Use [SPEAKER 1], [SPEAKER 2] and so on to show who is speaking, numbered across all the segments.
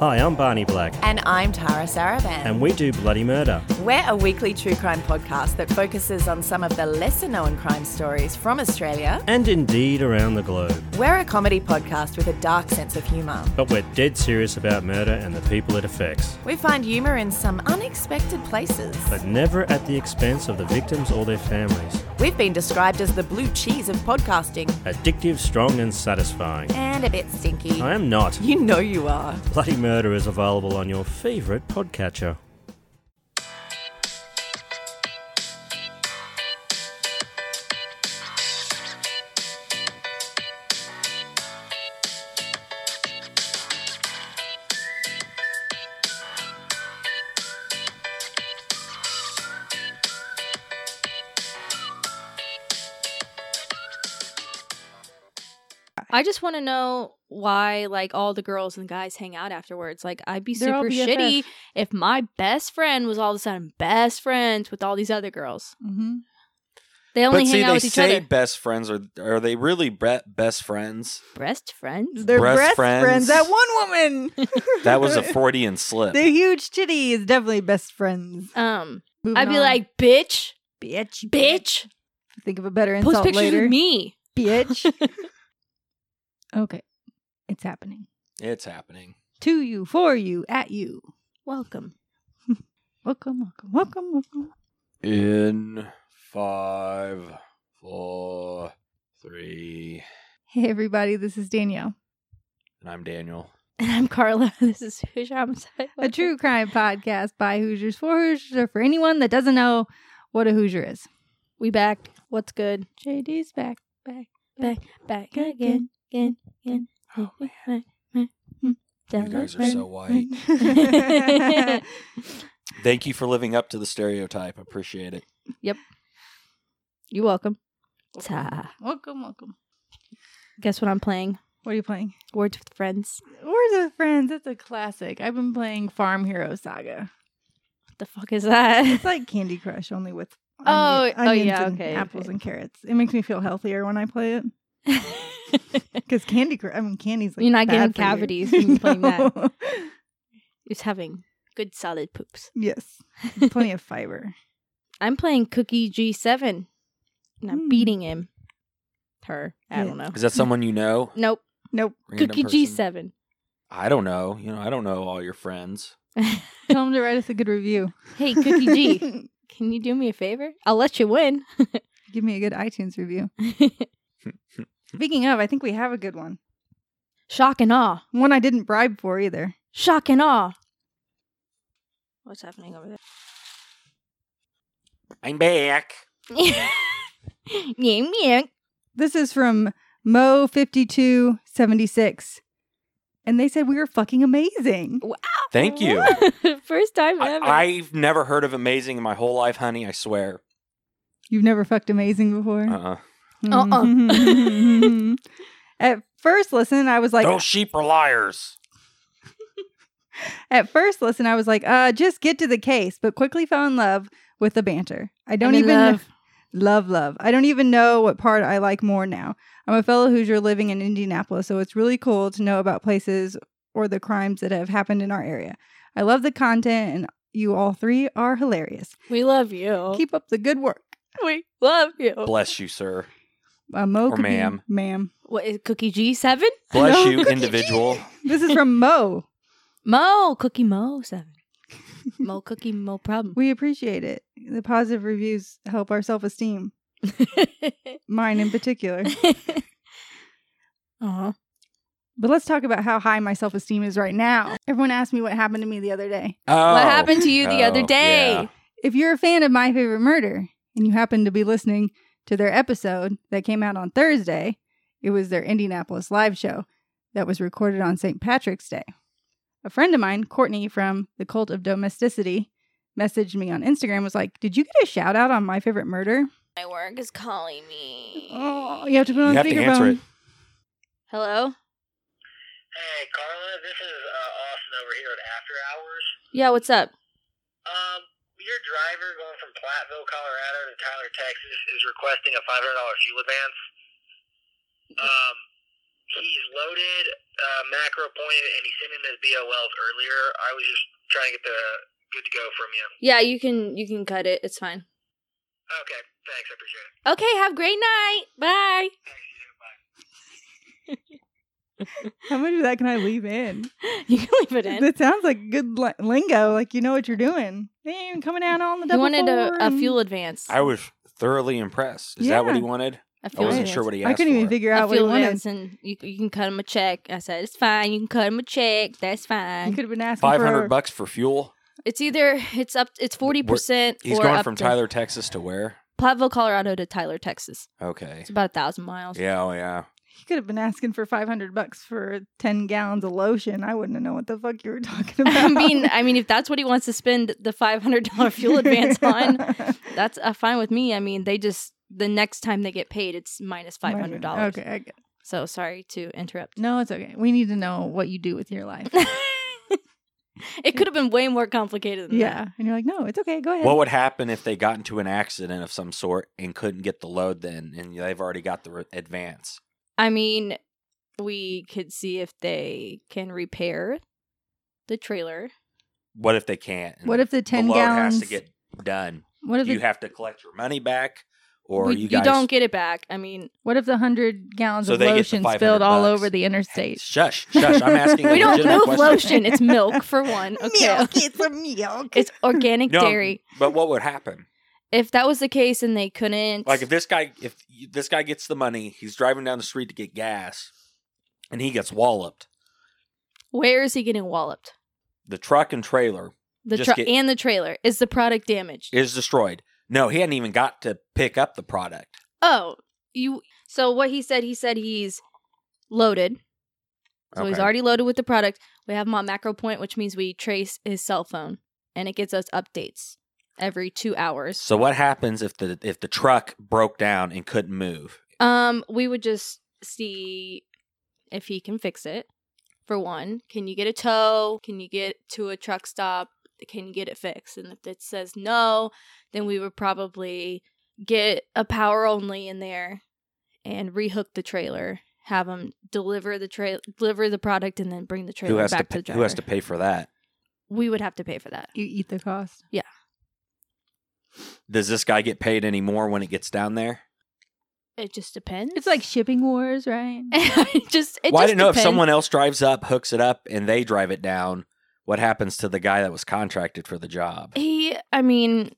[SPEAKER 1] Hi, I'm Barney Black,
[SPEAKER 2] And I'm Tara Saravan.
[SPEAKER 1] and we do Bloody Murder.
[SPEAKER 2] We're a weekly true crime podcast that focuses on some of the lesser known crime stories from Australia.
[SPEAKER 1] And indeed around the globe.
[SPEAKER 2] We're a comedy podcast with a dark sense of humour.
[SPEAKER 1] But we're dead serious about murder and the people it affects,
[SPEAKER 2] We find humour in some unexpected places.
[SPEAKER 1] but never at the expense of the victims or their families.
[SPEAKER 2] We've been described as the blue cheese of podcasting
[SPEAKER 1] Addictive, strong, and satisfying.
[SPEAKER 2] and a bit stinky.
[SPEAKER 1] I am not.
[SPEAKER 2] You know you are.
[SPEAKER 1] Bloody Murder is available on your favourite podcatcher.
[SPEAKER 3] I just want to know why, like, all the girls and guys hang out afterwards. Like, I'd be
[SPEAKER 4] They're all
[SPEAKER 3] super
[SPEAKER 4] BFF.
[SPEAKER 3] shitty if my best friend was all of a sudden best friends with all these other girls.
[SPEAKER 4] Mm-hmm.
[SPEAKER 3] They only
[SPEAKER 5] but
[SPEAKER 3] hang
[SPEAKER 5] see,
[SPEAKER 3] out
[SPEAKER 5] they
[SPEAKER 3] with each
[SPEAKER 5] say
[SPEAKER 3] other.
[SPEAKER 5] best friends, or are they really bre- best friends?
[SPEAKER 3] Breast friends.
[SPEAKER 4] They're breast
[SPEAKER 5] Breast
[SPEAKER 4] friends.
[SPEAKER 5] friends.
[SPEAKER 4] That one woman.
[SPEAKER 5] That was a Freudian slip.
[SPEAKER 4] the huge titty is definitely best friends.
[SPEAKER 3] Um,
[SPEAKER 4] Moving
[SPEAKER 3] I'd be
[SPEAKER 4] on.
[SPEAKER 3] like, bitch,
[SPEAKER 4] bitch,
[SPEAKER 3] bitch,
[SPEAKER 4] Think of a better insult
[SPEAKER 3] post pictures
[SPEAKER 4] later,
[SPEAKER 3] of me.
[SPEAKER 4] bitch. okay, it's happening
[SPEAKER 5] It's happening.
[SPEAKER 4] to you, for you, at you.
[SPEAKER 3] Welcome.
[SPEAKER 4] Welcome, welcome, welcome, welcome.
[SPEAKER 5] In five, four, three,
[SPEAKER 4] Hey, everybody, this is Danielle,
[SPEAKER 5] and I'm Daniel.
[SPEAKER 3] And I'm Carla. This is Hoosier Homicide.
[SPEAKER 4] a true crime podcast by Hoosiers for Hoosiers, or for anyone that doesn't know what a Hoosier is.
[SPEAKER 3] We back. What's good? JD's back, back, back, back again, again, again.
[SPEAKER 5] Oh, You guys are so white.
[SPEAKER 3] white.
[SPEAKER 5] Thank you for living up to the stereotype. Appreciate it.
[SPEAKER 3] You're welcome. Ta.
[SPEAKER 4] welcome, welcome.
[SPEAKER 3] Guess what I'm playing?
[SPEAKER 4] What are you playing?
[SPEAKER 3] Words with Friends.
[SPEAKER 4] Where's the friends? That's a classic. I've been playing Farm Hero Saga.
[SPEAKER 3] What the fuck is that?
[SPEAKER 4] It's like Candy Crush, only with
[SPEAKER 3] Oh,
[SPEAKER 4] onion-
[SPEAKER 3] oh,
[SPEAKER 4] onions
[SPEAKER 3] yeah,
[SPEAKER 4] and
[SPEAKER 3] okay,
[SPEAKER 4] apples
[SPEAKER 3] okay.
[SPEAKER 4] and carrots. It makes me feel healthier when I play it because Candy Crush. I mean, candy's like
[SPEAKER 3] You're not getting
[SPEAKER 4] bad for you.
[SPEAKER 3] cavities when you're playing that.
[SPEAKER 4] No.
[SPEAKER 3] It's having good solid poops.
[SPEAKER 4] Yes, plenty of fiber.
[SPEAKER 3] I'm playing Cookie G7 and I'm
[SPEAKER 4] Hmm.
[SPEAKER 3] beating him. Her. I
[SPEAKER 4] Yeah.
[SPEAKER 3] don't know.
[SPEAKER 5] Is that someone you know?
[SPEAKER 3] Nope.
[SPEAKER 4] Nope.
[SPEAKER 5] Random
[SPEAKER 3] Cookie
[SPEAKER 5] person?
[SPEAKER 3] G7.
[SPEAKER 5] I don't know. You know, I don't know all your friends.
[SPEAKER 4] Tell them to write us a good review.
[SPEAKER 3] Hey, Cookie G, can you do me a favor? I'll let you win.
[SPEAKER 4] Give me a good iTunes review. Speaking of, I think we have a good one.
[SPEAKER 3] Shock and awe.
[SPEAKER 4] One I didn't bribe for either.
[SPEAKER 3] Shock and awe. What's happening over
[SPEAKER 5] I'm back.
[SPEAKER 3] there? yeah, yeah.
[SPEAKER 4] This is from Mo fifty two seventy six, and they said we were fucking amazing.
[SPEAKER 3] Oh.
[SPEAKER 5] Thank you.
[SPEAKER 3] First time ever.
[SPEAKER 5] I, I've never heard of amazing in my whole life, honey. I swear.
[SPEAKER 4] You've never fucked amazing before.
[SPEAKER 3] Mm.
[SPEAKER 4] Mm-hmm.
[SPEAKER 5] Uh-uh.
[SPEAKER 3] Uh-uh.
[SPEAKER 4] at first listen, I was like,
[SPEAKER 5] Those sheep are liars.
[SPEAKER 4] at first listen, I was like, uh, just get to the case, but quickly fell in love with the banter. I don't
[SPEAKER 3] I'm in
[SPEAKER 4] even kn-
[SPEAKER 3] love.
[SPEAKER 4] love, love. I don't even know what part I like more now. I'm a fellow Hoosier living in Indianapolis, so it's really cool to know about places or the crimes that have happened in our area. I love the content, and you all three are hilarious.
[SPEAKER 3] we love you.
[SPEAKER 4] Keep up the good work.
[SPEAKER 3] we love you.
[SPEAKER 5] Bless you, sir.
[SPEAKER 4] Uh, Mo
[SPEAKER 5] Or
[SPEAKER 4] could be-
[SPEAKER 5] ma'am.
[SPEAKER 4] ma'am.
[SPEAKER 3] What is Cookie G seven?
[SPEAKER 5] Bless
[SPEAKER 4] No,
[SPEAKER 5] you,
[SPEAKER 4] Cookie
[SPEAKER 5] individual.
[SPEAKER 4] This is from Mo.
[SPEAKER 3] Mo Cookie Mo seven. Mo Cookie Mo problem.
[SPEAKER 4] We appreciate it. The positive reviews help our self esteem, mine in particular.
[SPEAKER 5] Oh.
[SPEAKER 3] uh-huh.
[SPEAKER 4] But let's talk about how high my self esteem is right now. Everyone asked me what happened to me the other day.
[SPEAKER 5] Oh,
[SPEAKER 3] what happened to you the
[SPEAKER 5] oh,
[SPEAKER 3] other day?
[SPEAKER 5] yeah.
[SPEAKER 4] If you're a fan of My Favorite Murder and you happen to be listening to their episode that came out on Thursday, it was their Indianapolis live show that was recorded on St. Patrick's Day. A friend of mine, Courtney from the Cult of Domesticity, messaged me on Instagram was like, "Did you get a shout out on My Favorite Murder?"
[SPEAKER 3] My work is calling me.
[SPEAKER 4] Oh, you have to put it on
[SPEAKER 5] You have to
[SPEAKER 4] speakerphone.
[SPEAKER 5] answer it.
[SPEAKER 3] Hello?
[SPEAKER 6] Hey, Carla, this is uh, Austin over here at After Hours.
[SPEAKER 3] Yeah, what's up?
[SPEAKER 6] Um, your driver going from Platteville, Colorado to Tyler, Texas is requesting a $500 fuel advance. Um, he's loaded uh, macro pointed, and he sent in his BOLs earlier. I was just trying to get the good to go from you.
[SPEAKER 3] Yeah, you can you can cut it. It's fine.
[SPEAKER 6] Okay, thanks. I appreciate it.
[SPEAKER 3] Okay, have a great night. Bye.
[SPEAKER 6] Thanks, you too. Bye.
[SPEAKER 4] How much of that can I leave in?
[SPEAKER 3] You can leave it in.
[SPEAKER 4] That sounds like good li- lingo. Like you know what you're doing. Damn, coming out on the
[SPEAKER 3] He
[SPEAKER 4] double
[SPEAKER 3] wanted
[SPEAKER 4] four
[SPEAKER 3] a, a
[SPEAKER 4] and-
[SPEAKER 3] fuel advance.
[SPEAKER 5] I was thoroughly impressed. Is that what he
[SPEAKER 4] Yeah.
[SPEAKER 5] wanted?
[SPEAKER 3] a
[SPEAKER 5] I
[SPEAKER 3] fuel
[SPEAKER 5] wasn't
[SPEAKER 3] advance.
[SPEAKER 5] sure what he asked
[SPEAKER 4] I couldn't even
[SPEAKER 5] for.
[SPEAKER 4] figure
[SPEAKER 3] A
[SPEAKER 4] out what he
[SPEAKER 3] fuel
[SPEAKER 4] wanted.
[SPEAKER 3] advance, and you you can cut him a check. I said it's fine. You can cut him a check. That's
[SPEAKER 4] You
[SPEAKER 3] fine.
[SPEAKER 4] could have been asking
[SPEAKER 5] Five
[SPEAKER 4] for
[SPEAKER 5] hundred bucks for fuel.
[SPEAKER 3] It's either it's up. It's forty percent.
[SPEAKER 5] He's
[SPEAKER 3] or
[SPEAKER 5] going
[SPEAKER 3] up
[SPEAKER 5] from
[SPEAKER 3] to
[SPEAKER 5] Tyler, Texas, to where?
[SPEAKER 3] Pueblo, Colorado to Tyler, Texas.
[SPEAKER 5] Okay.
[SPEAKER 3] It's about a thousand miles.
[SPEAKER 5] Yeah. Oh yeah.
[SPEAKER 4] You could have been asking for five hundred bucks for ten gallons of lotion. I wouldn't have known what the fuck you were talking about.
[SPEAKER 3] I mean, I mean, if that's what he wants to spend the five hundred dollar fuel advance on, that's uh, fine with me. I mean, they just the next time they get paid, it's minus five hundred dollars.
[SPEAKER 4] Okay, I get-
[SPEAKER 3] So sorry to interrupt.
[SPEAKER 4] no, it's okay. We need to know what you do with your life.
[SPEAKER 3] it could have been way more complicated than
[SPEAKER 4] yeah, and you're like, no, it's okay. Go ahead.
[SPEAKER 5] What would happen if they got into an accident of some sort and couldn't get the load then, and they've already got the re- advance?
[SPEAKER 3] that. I mean, we could see if they can repair the trailer.
[SPEAKER 5] What if they can't? and
[SPEAKER 4] What if the ten
[SPEAKER 5] the load
[SPEAKER 4] gallons?
[SPEAKER 5] has to get done?
[SPEAKER 4] what if
[SPEAKER 5] Do you
[SPEAKER 4] the,
[SPEAKER 5] have to collect your money back, or
[SPEAKER 3] We-
[SPEAKER 5] you guys
[SPEAKER 3] don't get it back. I mean,
[SPEAKER 4] what if the hundred gallons
[SPEAKER 5] So
[SPEAKER 4] of
[SPEAKER 5] they get the
[SPEAKER 4] lotion
[SPEAKER 5] 500
[SPEAKER 4] spilled all
[SPEAKER 5] bucks.
[SPEAKER 4] over the
[SPEAKER 5] Hey,
[SPEAKER 4] interstate?
[SPEAKER 5] Shush, shush! I'm asking. a
[SPEAKER 3] we don't
[SPEAKER 5] legitimate
[SPEAKER 3] move
[SPEAKER 5] question.
[SPEAKER 3] lotion. It's milk for one. Okay,
[SPEAKER 4] it's a milk.
[SPEAKER 3] it's organic
[SPEAKER 5] No,
[SPEAKER 3] dairy.
[SPEAKER 5] But what would happen?
[SPEAKER 3] If that was the case and they couldn't,
[SPEAKER 5] Like if this guy, if you- this guy gets the money, he's driving down the street to get gas, and he gets walloped.
[SPEAKER 3] where is he getting walloped?
[SPEAKER 5] The truck and trailer
[SPEAKER 3] The
[SPEAKER 5] Just
[SPEAKER 3] tra-
[SPEAKER 5] get-
[SPEAKER 3] and the trailer is the product damaged.
[SPEAKER 5] is destroyed. No, he hadn't even got to pick up the product.
[SPEAKER 3] oh, you. So what he said? He said he's loaded. So he's
[SPEAKER 5] Okay.
[SPEAKER 3] already loaded with the product. We have him on macro point, which means we trace his cell phone, and it gets us updates every two hours.
[SPEAKER 5] So what happens if the if the truck broke down and couldn't move?
[SPEAKER 3] Um, we would just see if he can fix it. For one, can you get a tow? Can you get to a truck stop? Can you get it fixed? And if it says no, then we would probably get a power only in there and rehook the trailer. Have him deliver the trail, deliver the product, and then bring the
[SPEAKER 5] who
[SPEAKER 3] trailer
[SPEAKER 5] has
[SPEAKER 3] back
[SPEAKER 5] to
[SPEAKER 3] to the
[SPEAKER 5] pay,
[SPEAKER 3] driver.
[SPEAKER 5] who has to pay for that?
[SPEAKER 3] We would have to pay for that.
[SPEAKER 4] you eat the cost.
[SPEAKER 5] Does this guy get paid any more when it gets down there?
[SPEAKER 3] It just depends.
[SPEAKER 4] It's like shipping wars, right?
[SPEAKER 3] it just. It
[SPEAKER 5] well, I
[SPEAKER 3] just
[SPEAKER 5] didn't know if
[SPEAKER 3] depends.
[SPEAKER 5] someone else drives up, hooks it up, and they drive it down. What happens to the guy that was contracted for the job?
[SPEAKER 3] He, I mean,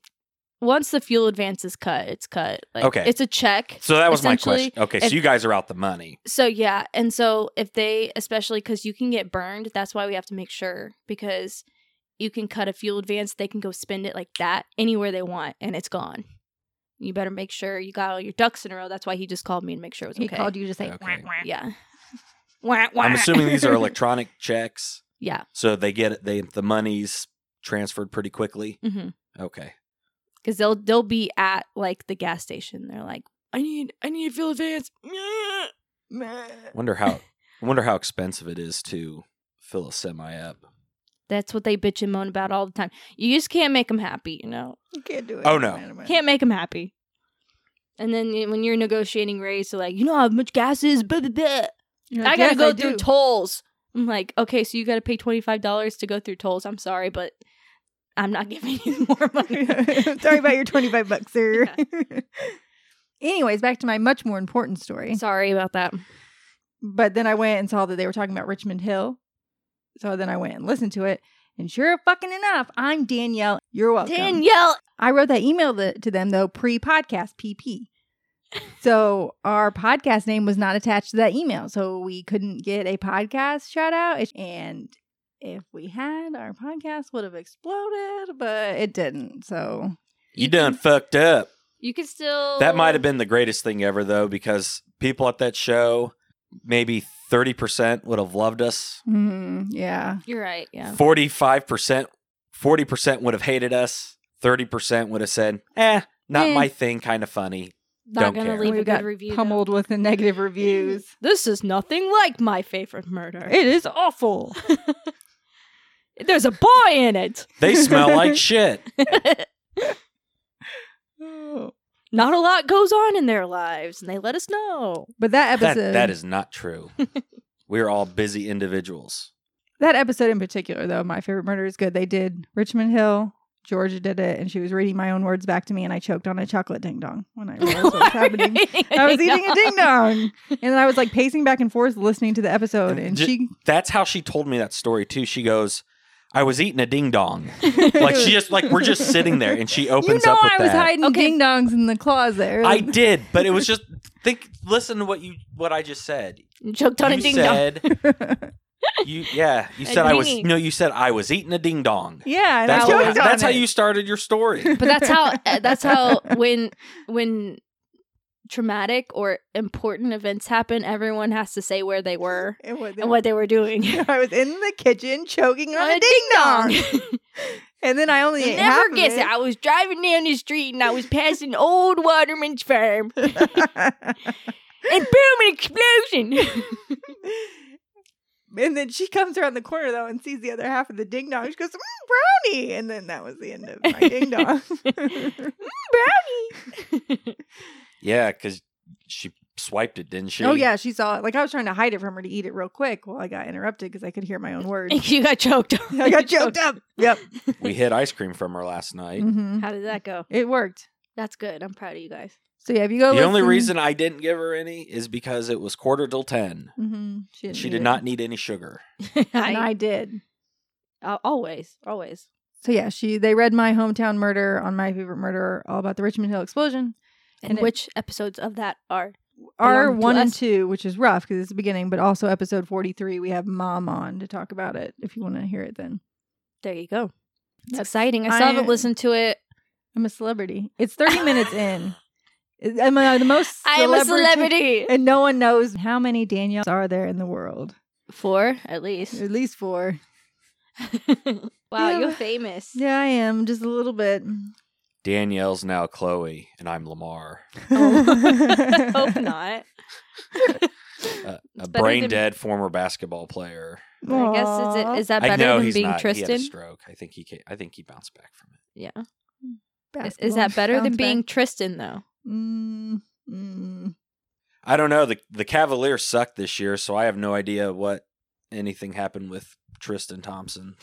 [SPEAKER 3] once the fuel advance is cut, it's cut. Like,
[SPEAKER 5] Okay.
[SPEAKER 3] it's a check.
[SPEAKER 5] So that was my
[SPEAKER 3] essentially,
[SPEAKER 5] question. Okay, so
[SPEAKER 3] if-
[SPEAKER 5] you guys are out the money.
[SPEAKER 3] So yeah, and so if they, especially because you can get burned, that's why we have to make sure because you can cut a fuel advance, they can go spend it like that anywhere they want, and it's gone. You better make sure you got all your ducks in a row. That's why he just called me to make sure it was
[SPEAKER 4] He
[SPEAKER 3] okay.
[SPEAKER 4] called you to say,
[SPEAKER 5] Okay.
[SPEAKER 3] Yeah,
[SPEAKER 5] I'm assuming these are electronic checks,
[SPEAKER 3] yeah,
[SPEAKER 5] so they get it. They the money's transferred pretty quickly.
[SPEAKER 3] because
[SPEAKER 5] Okay,
[SPEAKER 3] mm-hmm. they'll they'll be at like the gas station. They're like, I need I need a fuel advance.
[SPEAKER 5] wonder how wonder how expensive it is to fill a semi up.
[SPEAKER 3] That's what they bitch and moan about all the time. You just can't make them happy, you know.
[SPEAKER 4] you can't do it.
[SPEAKER 5] Oh, no.
[SPEAKER 3] Can't make them happy. And then y- when you're negotiating rates, they're like, you know how much gas is, blah, blah, blah.
[SPEAKER 4] You're
[SPEAKER 3] I
[SPEAKER 4] like,
[SPEAKER 3] gotta
[SPEAKER 4] "Yes,
[SPEAKER 3] go
[SPEAKER 4] do."
[SPEAKER 3] through tolls. I'm like, okay, so you gotta pay twenty five dollars to go through tolls. I'm sorry, but I'm not giving you more money.
[SPEAKER 4] Sorry about your 25 bucks, sir.
[SPEAKER 3] Yeah.
[SPEAKER 4] Anyways, back to my much more important story.
[SPEAKER 3] Sorry about that.
[SPEAKER 4] But then I went and saw that they were talking about Richmond Hill. So then I went and listened to it. And sure fucking enough, I'm Danielle. You're welcome.
[SPEAKER 3] Danielle
[SPEAKER 4] I wrote that email th- to them though pre podcast PP. So our podcast name was not attached to that email. So we couldn't get a podcast shout out. And if we had, our podcast would have exploded, but it didn't. So
[SPEAKER 5] You done fucked up.
[SPEAKER 3] You can still
[SPEAKER 5] That might have been the greatest thing ever, though, because people at that show, maybe 30% would have loved us.
[SPEAKER 4] mm, yeah.
[SPEAKER 3] You're right, yeah.
[SPEAKER 5] 45%, 40% would have hated us. 30% would have said, eh, not
[SPEAKER 4] Eh.
[SPEAKER 5] my thing, kind of funny.
[SPEAKER 3] Not
[SPEAKER 5] Don't
[SPEAKER 3] gonna
[SPEAKER 5] care.
[SPEAKER 3] leave
[SPEAKER 4] We
[SPEAKER 3] a
[SPEAKER 4] got
[SPEAKER 3] good review. though.
[SPEAKER 4] Pummeled with the negative reviews.
[SPEAKER 3] This is nothing like my favorite murder.
[SPEAKER 4] It is awful.
[SPEAKER 3] There's a boy in it.
[SPEAKER 5] They smell like shit.
[SPEAKER 3] not a lot goes on in their lives, and they let us know.
[SPEAKER 4] But that
[SPEAKER 5] That,
[SPEAKER 4] episode,
[SPEAKER 5] that is not true. we are all busy individuals.
[SPEAKER 4] That episode in particular, though, My Favorite Murder is good. They did Richmond Hill. Georgia did it, and she was reading my own words back to me, and I choked on a chocolate ding dong when I realized what was happening. I was eating a ding dong, and then I was like pacing back and forth listening to the episode, and
[SPEAKER 5] Ju-
[SPEAKER 4] she
[SPEAKER 5] That's how she told me that story too. She goes, "I was eating a ding dong." like she just like we're just sitting there, and she
[SPEAKER 4] You
[SPEAKER 5] opens
[SPEAKER 4] know
[SPEAKER 5] up with
[SPEAKER 4] I was
[SPEAKER 5] that.
[SPEAKER 4] hiding
[SPEAKER 3] Okay.
[SPEAKER 4] ding dongs in the closet.
[SPEAKER 5] I did, but it was just think. Listen to what you what I just said.
[SPEAKER 3] Choked on
[SPEAKER 5] you
[SPEAKER 3] a ding dong.
[SPEAKER 5] said you yeah. You
[SPEAKER 3] A
[SPEAKER 5] said I was
[SPEAKER 3] dingy.
[SPEAKER 5] no. You said I was eating a ding dong.
[SPEAKER 4] yeah, and
[SPEAKER 5] That's,
[SPEAKER 4] I
[SPEAKER 5] what-
[SPEAKER 4] choked on
[SPEAKER 5] that's how
[SPEAKER 4] it.
[SPEAKER 5] you started your story.
[SPEAKER 3] But that's how
[SPEAKER 4] uh,
[SPEAKER 3] that's how when when traumatic or important events happen, everyone has to say where they were
[SPEAKER 4] And what,
[SPEAKER 3] and what they were doing.
[SPEAKER 4] I was in the kitchen choking on
[SPEAKER 3] On
[SPEAKER 4] a
[SPEAKER 3] a
[SPEAKER 4] ding dong, and then I only
[SPEAKER 3] You
[SPEAKER 4] ate half
[SPEAKER 3] never
[SPEAKER 4] of
[SPEAKER 3] guess
[SPEAKER 4] it.
[SPEAKER 3] it. I was driving down the street and I was passing old Waterman's farm. And boom, an explosion.
[SPEAKER 4] and then she comes around the corner though and sees the other half of the ding dong. She goes, mm, "Brownie!" And then that was the end of my ding dong.
[SPEAKER 5] yeah, because she swiped it, didn't she?
[SPEAKER 4] oh yeah, she saw it. Like I was trying to hide it from her to eat it real quick. Well, I got interrupted because I could hear my own words.
[SPEAKER 3] you got choked.
[SPEAKER 4] I got choked up. Yep.
[SPEAKER 5] We hid ice cream from her last night.
[SPEAKER 4] hmm
[SPEAKER 3] How did that go?
[SPEAKER 4] It worked.
[SPEAKER 3] That's good. I'm proud of you guys.
[SPEAKER 4] So yeah, if you go,
[SPEAKER 5] The only
[SPEAKER 4] listen-
[SPEAKER 5] reason I didn't give her any is because it was quarter till ten.
[SPEAKER 4] Mhm. she, didn't
[SPEAKER 5] She
[SPEAKER 4] eat
[SPEAKER 5] did
[SPEAKER 4] it.
[SPEAKER 5] not need any sugar.
[SPEAKER 4] and I did.
[SPEAKER 3] Al- uh, always, always.
[SPEAKER 4] So yeah, she they read my hometown murder on my favorite murder, all about the Richmond Hill explosion.
[SPEAKER 3] And,
[SPEAKER 4] And it-
[SPEAKER 3] which episodes of that are?
[SPEAKER 4] Our
[SPEAKER 3] to
[SPEAKER 4] one and
[SPEAKER 3] us.
[SPEAKER 4] two, which is rough because it's the beginning, but also episode forty three, we have mom on to talk about it. If you want to hear it, then
[SPEAKER 3] There you go. It's
[SPEAKER 4] That's-
[SPEAKER 3] exciting. I still
[SPEAKER 4] I-
[SPEAKER 3] haven't listened to it.
[SPEAKER 4] I'm a celebrity. It's thirty minutes in. Am I the most?
[SPEAKER 3] I am a celebrity.
[SPEAKER 4] and no one knows how many Daniels are there in the world.
[SPEAKER 3] Four, at least.
[SPEAKER 4] At least four.
[SPEAKER 3] wow,
[SPEAKER 4] Yeah.
[SPEAKER 3] you're famous.
[SPEAKER 4] Yeah, I am just a little bit.
[SPEAKER 5] Danielle's now Chloe, and I'm Lamar.
[SPEAKER 3] Oh, Hope not.
[SPEAKER 5] A, a
[SPEAKER 3] It's better
[SPEAKER 5] brain
[SPEAKER 3] than-
[SPEAKER 5] dead former basketball player.
[SPEAKER 3] I guess is it is that
[SPEAKER 5] I
[SPEAKER 3] better
[SPEAKER 5] know
[SPEAKER 3] than
[SPEAKER 5] he's
[SPEAKER 3] being
[SPEAKER 5] not. He
[SPEAKER 3] Tristan?
[SPEAKER 5] had a stroke. I think he. Came, I think he bounced back from it.
[SPEAKER 3] Yeah.
[SPEAKER 4] Aw,
[SPEAKER 3] Is, is that better than
[SPEAKER 4] basketball.
[SPEAKER 3] being Tristan though?
[SPEAKER 4] Mm, mm.
[SPEAKER 5] I don't know. the The Cavaliers sucked this year, so I have no idea what anything happened with Tristan Thompson.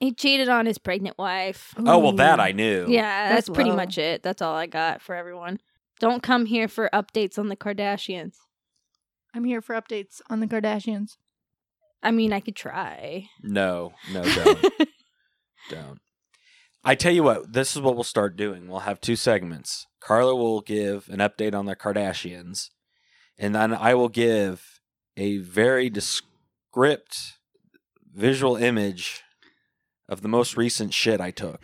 [SPEAKER 3] He cheated on his pregnant wife.
[SPEAKER 5] Oh well, that
[SPEAKER 4] Ooh.
[SPEAKER 5] I knew.
[SPEAKER 3] Yeah,
[SPEAKER 4] That's
[SPEAKER 3] that's, pretty
[SPEAKER 4] low.
[SPEAKER 3] much it. That's all I got for everyone. Don't come here for updates on the Kardashians.
[SPEAKER 4] I'm here for updates on the Kardashians.
[SPEAKER 3] I mean, I could try.
[SPEAKER 5] No, no, don't, don't. I tell you what. This is what we'll start doing. We'll have two segments. Carla will give an update on the Kardashians, and then I will give a very descript visual image of the most recent shit I took.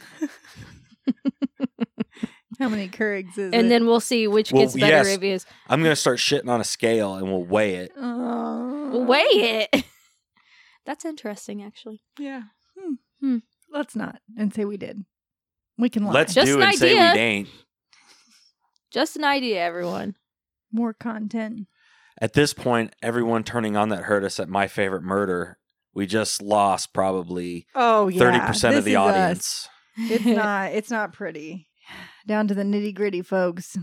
[SPEAKER 4] How many Keurigs is
[SPEAKER 3] and
[SPEAKER 4] it?
[SPEAKER 3] then we'll see which
[SPEAKER 5] Well,
[SPEAKER 3] gets better
[SPEAKER 5] yes.
[SPEAKER 3] reviews.
[SPEAKER 5] I'm gonna start shitting on a scale, and we'll weigh it.
[SPEAKER 4] Oh.
[SPEAKER 3] Weigh it. That's interesting, actually.
[SPEAKER 4] Yeah.
[SPEAKER 3] Hmm.
[SPEAKER 4] Let's not and say we did. We can lie.
[SPEAKER 5] Let's
[SPEAKER 3] Just
[SPEAKER 5] do
[SPEAKER 3] an
[SPEAKER 5] and say we
[SPEAKER 3] idea.
[SPEAKER 5] ain't.
[SPEAKER 3] Just an idea, everyone.
[SPEAKER 4] more content.
[SPEAKER 5] At this point, everyone turning on that heard us at My Favorite Murder. We just lost probably
[SPEAKER 4] Oh
[SPEAKER 5] thirty percent of the audience.
[SPEAKER 4] It's not. It's not pretty. Down to the nitty gritty, folks.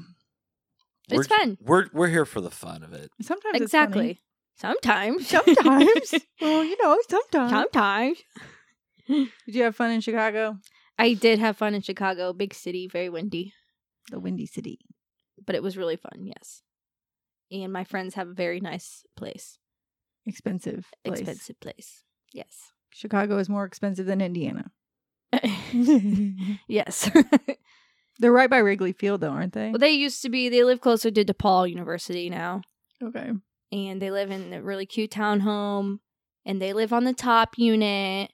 [SPEAKER 3] It's
[SPEAKER 5] we're,
[SPEAKER 3] fun.
[SPEAKER 5] We're we're here for the fun of it.
[SPEAKER 4] Sometimes it's funny.
[SPEAKER 3] exactly. Sometimes.
[SPEAKER 4] Sometimes. well, you know, sometimes.
[SPEAKER 3] Sometimes.
[SPEAKER 4] Did you have fun in Chicago?
[SPEAKER 3] I did have fun in Chicago, big city, very windy,
[SPEAKER 4] The Windy City.
[SPEAKER 3] but it was really fun, yes. And my friends have a very nice place.
[SPEAKER 4] Expensive. Place.
[SPEAKER 3] Expensive place. Yes.
[SPEAKER 4] Chicago is more expensive than Indiana.
[SPEAKER 3] yes.
[SPEAKER 4] They're right by Wrigley Field, though, aren't they?
[SPEAKER 3] well, they used to be, they live closer to DePaul University now.
[SPEAKER 4] okay.
[SPEAKER 3] and they live in a really cute townhome and they live on the top unit.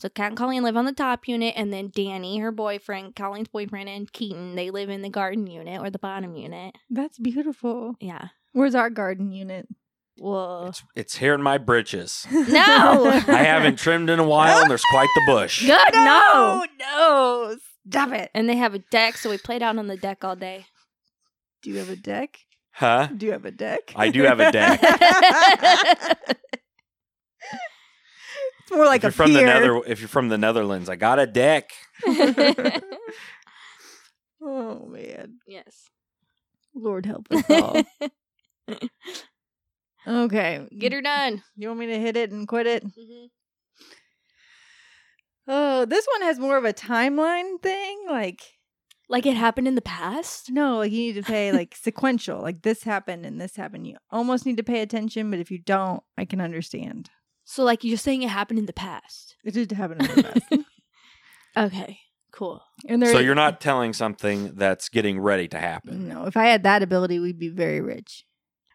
[SPEAKER 3] So Kat and Colleen live on the top unit and then Danny, her boyfriend, Colleen's boyfriend and Keaton, they live in the garden unit or the bottom unit.
[SPEAKER 4] That's beautiful.
[SPEAKER 3] Yeah.
[SPEAKER 4] Where's our garden unit?
[SPEAKER 3] Well
[SPEAKER 5] It's, it's here in my britches.
[SPEAKER 3] No!
[SPEAKER 5] I haven't trimmed in a while, and there's quite the bush.
[SPEAKER 3] Good no!
[SPEAKER 4] No, no, stop it.
[SPEAKER 3] And they have a deck, so we played out on the deck all day.
[SPEAKER 4] Do you have a deck?
[SPEAKER 5] Huh?
[SPEAKER 4] Do you have a deck?
[SPEAKER 5] I do have a deck.
[SPEAKER 4] it's more like
[SPEAKER 5] if you're
[SPEAKER 4] a
[SPEAKER 5] from the
[SPEAKER 4] pier.
[SPEAKER 5] nether, if you're from the Netherlands, I got a deck.
[SPEAKER 4] oh man,
[SPEAKER 3] yes.
[SPEAKER 4] Lord help us all. okay.
[SPEAKER 3] Get her Mm-hmm. done.
[SPEAKER 4] You want me to hit it and quit it? Oh, this one has more of a timeline thing. Like,
[SPEAKER 3] Like it happened in the past.
[SPEAKER 4] no, like you need to pay like sequential. Like this happened and this happened. You almost need to pay attention, but if you don't, I can understand.
[SPEAKER 3] So like you're saying it happened in the past.
[SPEAKER 4] It did happen in the past.
[SPEAKER 3] Okay. Cool.
[SPEAKER 4] And there
[SPEAKER 5] So you're not telling something that's getting ready to happen.
[SPEAKER 4] No, if I had that ability, we'd be very rich.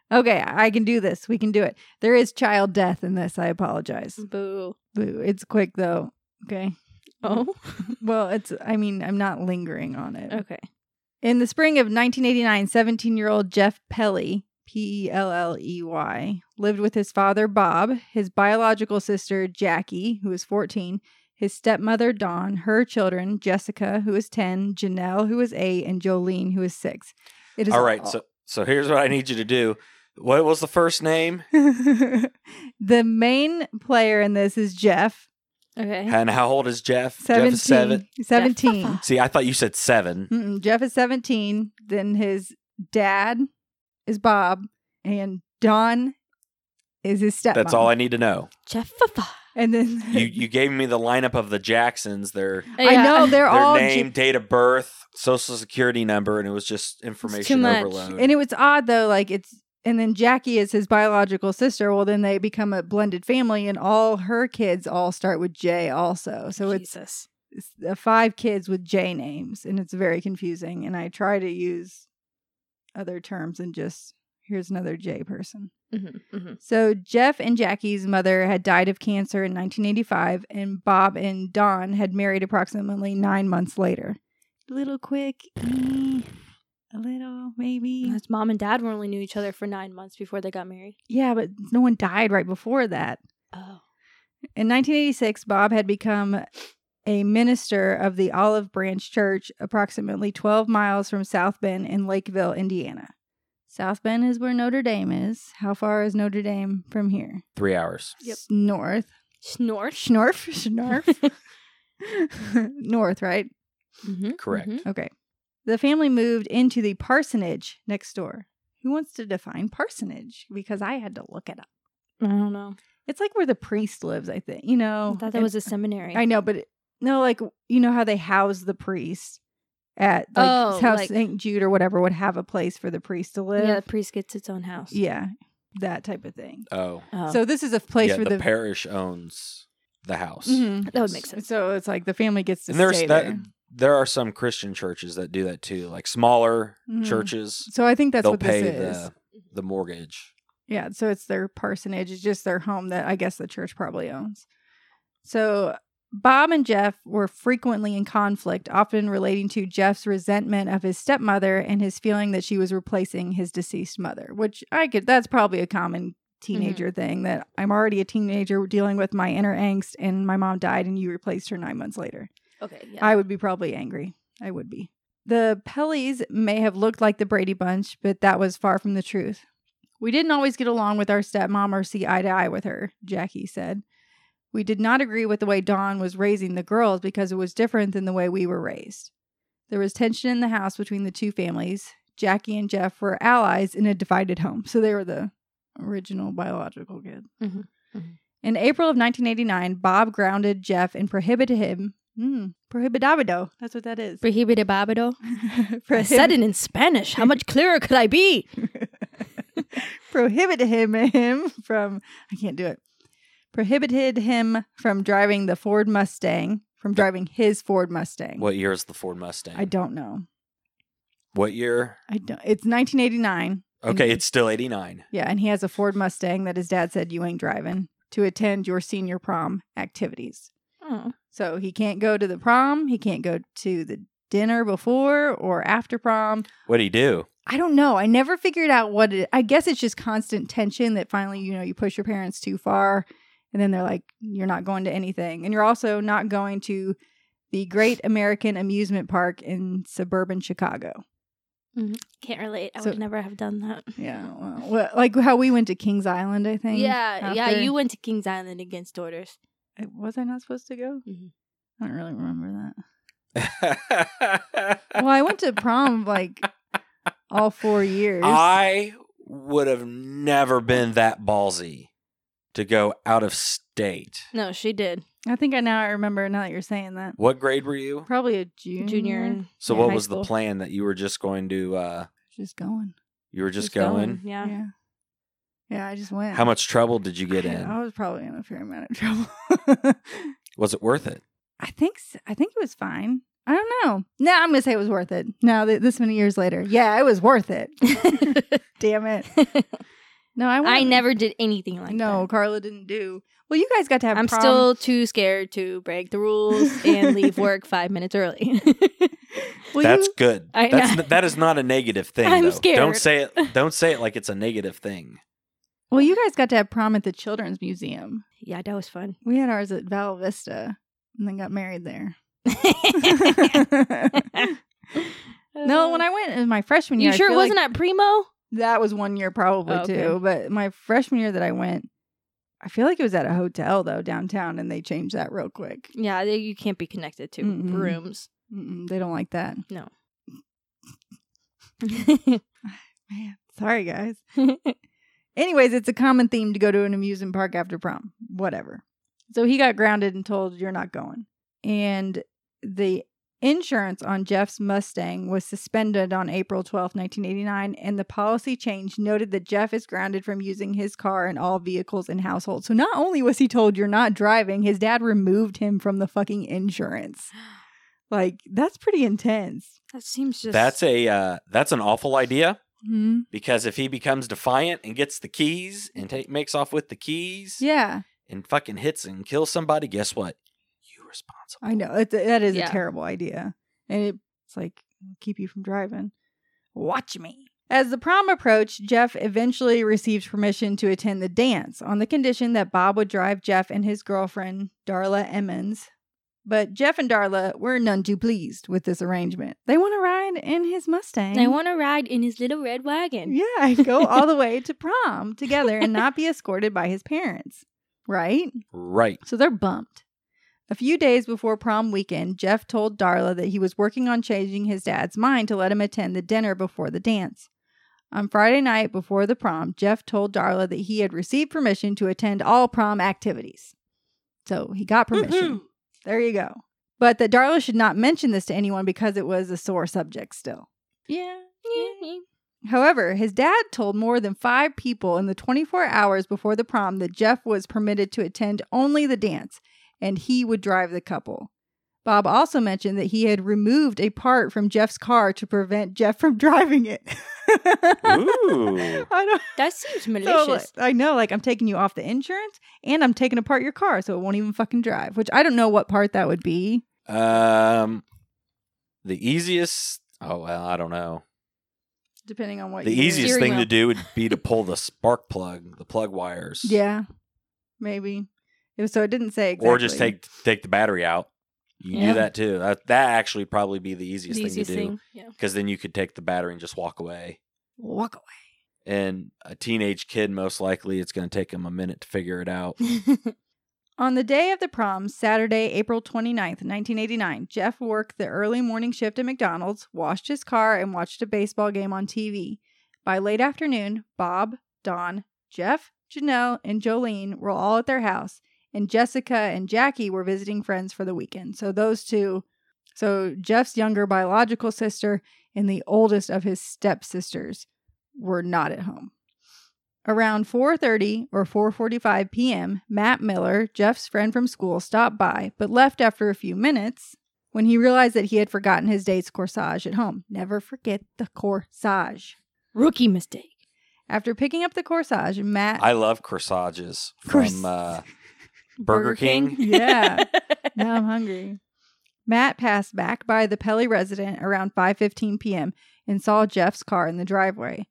[SPEAKER 4] Okay, I can do this. We can do it. There is child death in this. I apologize.
[SPEAKER 3] Boo.
[SPEAKER 4] Boo. It's quick though. Okay.
[SPEAKER 3] Oh.
[SPEAKER 4] Well, it's I mean, I'm not lingering on it.
[SPEAKER 3] Okay.
[SPEAKER 4] In the spring of 1989, 17 year old Jeff Pelly, P E L L E Y, lived with his father, Bob, his biological sister, Jackie, who was 14, his stepmother, Dawn, her children, Jessica, who was 10, Janelle, who was 8, and Jolene, who was 6. It is
[SPEAKER 5] All right, so so here's what I need you to do. What was the first name
[SPEAKER 4] the main player in this is Jeff,
[SPEAKER 3] Okay.
[SPEAKER 5] and how old is Jeff?
[SPEAKER 4] 17.
[SPEAKER 5] Jeff is seven.
[SPEAKER 4] 17.
[SPEAKER 3] Jeff.
[SPEAKER 5] See, I thought you said seven.
[SPEAKER 4] Mm-mm. Jeff is 17. Then his dad is Bob, and Don is his stepmom.
[SPEAKER 5] That's all I need to know.
[SPEAKER 3] Jeff.
[SPEAKER 4] And then
[SPEAKER 5] You you gave me the lineup of the Jacksons, their
[SPEAKER 4] I know they're
[SPEAKER 5] their
[SPEAKER 4] all
[SPEAKER 5] name,
[SPEAKER 4] J-
[SPEAKER 5] date of birth, social security number, and it was just information
[SPEAKER 3] much.
[SPEAKER 5] overload.
[SPEAKER 4] and it was odd though. Like it's and then Jackie is his biological sister. Well, then they become a blended family, and all her kids all start with J also. So it's
[SPEAKER 3] Jesus.
[SPEAKER 4] it's uh, five kids with J names, and it's very confusing. And I try to use other terms and just here's another J person.
[SPEAKER 3] Mm-hmm, mm-hmm.
[SPEAKER 4] So Jeff and Jackie's mother had died of cancer in 1985, and Bob and Don had married approximately nine months later. Little quick, eh, a little maybe.
[SPEAKER 3] His mom and dad only knew each other for nine months before they got married.
[SPEAKER 4] Yeah, but no one died right before that.
[SPEAKER 3] Oh.
[SPEAKER 4] In 1986, Bob had become a minister of the Olive Branch Church, approximately 12 miles from South Bend in Lakeville, Indiana. South Bend is where Notre Dame is. How far is Notre Dame from here?
[SPEAKER 5] Three hours.
[SPEAKER 3] Yep.
[SPEAKER 4] North.
[SPEAKER 3] Snorch.
[SPEAKER 4] Schnorf? Schnorf? North, right?
[SPEAKER 3] Mhm,
[SPEAKER 5] Correct.
[SPEAKER 3] mhm.
[SPEAKER 4] Okay. The family moved into the parsonage next door. Who wants to define parsonage? Because I had to look it up.
[SPEAKER 3] Mm-hmm. I don't know.
[SPEAKER 4] It's like where the priest lives, I think. You know,
[SPEAKER 3] I thought that
[SPEAKER 4] and-
[SPEAKER 3] was a seminary.
[SPEAKER 4] I know, but it, no, like you know how they house the priest at like
[SPEAKER 3] Oh,
[SPEAKER 4] how
[SPEAKER 3] like-
[SPEAKER 4] St. Jude or whatever would have a place for the priest to live.
[SPEAKER 3] Yeah, the priest gets its own house.
[SPEAKER 4] Yeah, that type of thing.
[SPEAKER 5] Oh,
[SPEAKER 3] Oh.
[SPEAKER 4] So this is a place
[SPEAKER 5] yeah.
[SPEAKER 4] where
[SPEAKER 5] The,
[SPEAKER 4] the,
[SPEAKER 5] parish owns the house.
[SPEAKER 4] Mhm.
[SPEAKER 3] that would make sense.
[SPEAKER 4] so it's like the family gets to
[SPEAKER 5] And there's
[SPEAKER 4] stay
[SPEAKER 5] that.
[SPEAKER 4] there.
[SPEAKER 5] There are some Christian churches that do that too, like smaller
[SPEAKER 4] Mhm.
[SPEAKER 5] churches.
[SPEAKER 4] So I think that's
[SPEAKER 5] they'll
[SPEAKER 4] what
[SPEAKER 5] pay
[SPEAKER 4] this is.
[SPEAKER 5] the the mortgage.
[SPEAKER 4] Yeah, so it's their parsonage. It's just their home that I guess the church probably owns. So Bob and Jeff were frequently in conflict, often relating to Jeff's resentment of his stepmother and his feeling that she was replacing his deceased mother, which I could, that's probably a common
[SPEAKER 3] Mm-hmm.
[SPEAKER 4] teenager thing that I'm already a teenager dealing with my inner angst and my mom died and you replaced her nine months later.
[SPEAKER 3] Okay. Yeah.
[SPEAKER 4] I would be probably angry. I would be. The Pelleys may have looked like the Brady Bunch, but that was far from the truth. We didn't always get along with our stepmom or see eye to eye with her, Jackie said. We did not agree with the way Dawn was raising the girls because it was different than the way we were raised. There was tension in the house between the two families. Jackie and Jeff were allies in a divided home. So they were the original biological kid.
[SPEAKER 3] Mhm, mhm.
[SPEAKER 4] In April of 1989, Bob grounded Jeff and prohibited him. Mm, prohibidabido. That's what that is.
[SPEAKER 3] Prohibited Babido. I
[SPEAKER 4] Prohib-
[SPEAKER 3] said it in Spanish. How much clearer could I be?
[SPEAKER 4] prohibited him, him from I can't do it. Prohibited him from driving the Ford Mustang, from driving his Ford Mustang.
[SPEAKER 5] What year is the Ford Mustang?
[SPEAKER 4] I don't know.
[SPEAKER 5] What year?
[SPEAKER 4] I don't it's 1989.
[SPEAKER 5] Okay, it's still eighty nine.
[SPEAKER 4] Yeah, and he has a Ford Mustang that his dad said you ain't driving to attend your senior prom activities.
[SPEAKER 3] Oh.
[SPEAKER 4] So he can't go to the prom, he can't go to the dinner before or after prom.
[SPEAKER 5] What do you do?
[SPEAKER 4] I don't know. I never figured out what it I guess it's just constant tension that finally, you know, you push your parents too far and then they're like you're not going to anything and you're also not going to the Great American Amusement Park in suburban Chicago.
[SPEAKER 3] Can't relate. I
[SPEAKER 4] So-
[SPEAKER 3] would never have done that.
[SPEAKER 4] Yeah. Well, well, like how we went to Kings Island, I think.
[SPEAKER 3] Yeah, yeah.
[SPEAKER 4] after-
[SPEAKER 3] You went to Kings Island against orders.
[SPEAKER 4] I- was I not supposed to go?
[SPEAKER 3] Mhm.
[SPEAKER 4] I don't really remember that. Well, I went to prom like all four years.
[SPEAKER 5] I would have never been that ballsy to go out of state.
[SPEAKER 3] No, she did.
[SPEAKER 4] I think I now I remember now that you're saying that.
[SPEAKER 5] What grade were you?
[SPEAKER 4] Probably a junior.
[SPEAKER 3] Junior and
[SPEAKER 5] So
[SPEAKER 3] Yeah,
[SPEAKER 5] what
[SPEAKER 3] high
[SPEAKER 5] was
[SPEAKER 3] school.
[SPEAKER 5] the plan that you were just going to uh
[SPEAKER 4] Just going.
[SPEAKER 5] you were just, going?
[SPEAKER 3] Yeah.
[SPEAKER 4] Yeah. yeah. I just went.
[SPEAKER 5] How much trouble did you get
[SPEAKER 4] I, I
[SPEAKER 5] in?
[SPEAKER 4] was probably in a fair amount of trouble.
[SPEAKER 5] Was it worth it?
[SPEAKER 4] I think s- I think it was fine. I don't know. No, I'm gonna say it was worth it. Now th- this many years later, yeah, it was worth it. Damn it! No, I
[SPEAKER 3] I
[SPEAKER 4] went-
[SPEAKER 3] never did anything like
[SPEAKER 4] no,
[SPEAKER 3] that.
[SPEAKER 4] Carla didn't do. Well, you guys got to have.
[SPEAKER 3] I'm
[SPEAKER 4] prom.
[SPEAKER 3] still too scared to break the rules and leave work five minutes early.
[SPEAKER 4] Well,
[SPEAKER 5] That's
[SPEAKER 4] you-
[SPEAKER 5] good.
[SPEAKER 3] I
[SPEAKER 5] That's
[SPEAKER 3] know.
[SPEAKER 5] n- that is not a negative thing.
[SPEAKER 3] I'm
[SPEAKER 5] though.
[SPEAKER 3] scared.
[SPEAKER 5] Don't say it. Don't say it like it's a negative thing.
[SPEAKER 4] well, you guys got to have prom at the Children's Museum.
[SPEAKER 3] yeah, that was fun.
[SPEAKER 4] We had ours at Val Vista, and then got married there. no, when I went in my freshman year,
[SPEAKER 3] Uh, you
[SPEAKER 4] I
[SPEAKER 3] sure it
[SPEAKER 4] feel like
[SPEAKER 3] wasn't at Primo?
[SPEAKER 4] that was one year probably
[SPEAKER 3] Oh, okay.
[SPEAKER 4] too. But my freshman year that I went, I feel like it was at a hotel though downtown, and they changed that real quick.
[SPEAKER 3] Yeah, they- you can't be connected to
[SPEAKER 4] Mm-mm.
[SPEAKER 3] rooms.
[SPEAKER 4] Mm-mm, they don't like that. Man, sorry guys. Anyways, it's a common theme to go to an amusement park after prom. Whatever. So he got grounded and told, You're not going. And the insurance on Jeff's Mustang was suspended on April twelfth, 1989. And the policy change noted that Jeff is grounded from using his car and all vehicles in household. So not only was he told, You're not driving, his dad removed him from the fucking insurance. Like, that's pretty intense.
[SPEAKER 3] that seems just
[SPEAKER 5] That's a uh, that's an awful idea
[SPEAKER 4] hmm
[SPEAKER 5] because if he becomes defiant and gets the keys and take, makes off with the keys
[SPEAKER 4] Yeah,
[SPEAKER 5] and fucking hits and kills somebody, guess what? You responsible.
[SPEAKER 4] I know. It, that is
[SPEAKER 3] Yeah.
[SPEAKER 4] a terrible idea. And it, it's like, keep you from driving. Watch me. As the prom approached, Jeff eventually received permission to attend the dance on the condition that Bob would drive Jeff and his girlfriend, Darla Emmons. But Jeff and Darla were none too pleased with this arrangement. They want to ride in his Mustang.
[SPEAKER 3] I want to ride in his little red wagon.
[SPEAKER 4] Yeah, I go all the way to prom together and not be escorted by his parents. Right?
[SPEAKER 5] Right.
[SPEAKER 4] So they're bumped. A few days before prom weekend, Jeff told Darla that he was working on changing his dad's mind to let him attend the dinner before the dance. On Friday night before the prom, Jeff told Darla that he had received permission to attend all prom activities. So he got permission.
[SPEAKER 3] Woohoo.
[SPEAKER 4] There you go. But that Darla should not mention this to anyone because it was a sore subject still.
[SPEAKER 3] Yeah.
[SPEAKER 4] However, his dad told more than five people in the 24 hours before the prom that Jeff was permitted to attend only the dance and he would drive the couple. Bob also mentioned that he had removed a part from Jeff's car to prevent Jeff from driving it.
[SPEAKER 5] Ooh.
[SPEAKER 4] I don't
[SPEAKER 3] That seems
[SPEAKER 4] so, like,
[SPEAKER 3] malicious.
[SPEAKER 4] I know, like I'm taking you off the insurance and I'm taking apart your car so it won't even fucking drive, which I don't know what part that would be.
[SPEAKER 5] Um, the easiest. Oh well, I don't know.
[SPEAKER 4] Depending on what
[SPEAKER 5] The
[SPEAKER 4] you do.
[SPEAKER 5] easiest
[SPEAKER 3] Steering
[SPEAKER 5] thing to
[SPEAKER 3] wheel.
[SPEAKER 5] do would be to pull the spark plug, the plug wires.
[SPEAKER 4] Yeah. Maybe. It was, so it didn't say exactly.
[SPEAKER 5] Or just take take the battery out. You can
[SPEAKER 3] Yeah.
[SPEAKER 5] do that too. That that actually probably be the easiest
[SPEAKER 3] The
[SPEAKER 5] thing
[SPEAKER 3] easiest
[SPEAKER 5] to do
[SPEAKER 3] thing. Yeah.
[SPEAKER 5] because then you could take the battery and just walk away.
[SPEAKER 4] walk away.
[SPEAKER 5] And a teenage kid, most likely, it's going to take them a minute to figure it out.
[SPEAKER 4] On the day of the prom, Saturday, April 29th, 1989, Jeff worked the early morning shift at McDonald's, washed his car, and watched a baseball game on TV. By late afternoon, Bob, Don, Jeff, Janelle, and Jolene were all at their house, and Jessica and Jackie were visiting friends for the weekend. So those two, so Jeff's younger biological sister and the oldest of his stepsisters were not at home. Around 4:30 or 4:45 p.m., Matt Miller, Jeff's friend from school, stopped by but left after a few minutes when he realized that he had forgotten his date's corsage at home. Never forget the corsage.
[SPEAKER 3] Rookie mistake.
[SPEAKER 4] After picking up the corsage, Matt
[SPEAKER 5] I love corsages
[SPEAKER 4] Cors-
[SPEAKER 5] from uh, Burger King.
[SPEAKER 4] Yeah. now I'm hungry. Matt passed back by the Pelly resident around 5:15 p.m. and saw Jeff's car in the driveway.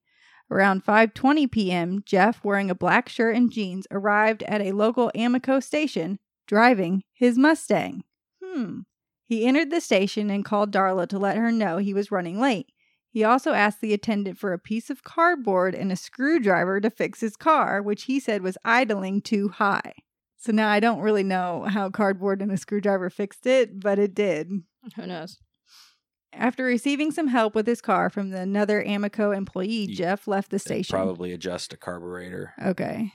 [SPEAKER 4] Around 5:20 p.m., Jeff, wearing a black shirt and jeans, arrived at a local Amico station driving his Mustang. Hmm. He entered the station and called Darla to let her know he was running late. He also asked the attendant for a piece of cardboard and a screwdriver to fix his car, which he said was idling too high. So now I don't really know how cardboard and a screwdriver fixed it, but it did.
[SPEAKER 3] Who knows?
[SPEAKER 4] After receiving some help with his car from the another Amoco employee,
[SPEAKER 5] Ye-
[SPEAKER 4] Jeff left the
[SPEAKER 5] They'd
[SPEAKER 4] station.
[SPEAKER 5] Probably adjust a carburetor.
[SPEAKER 4] Okay.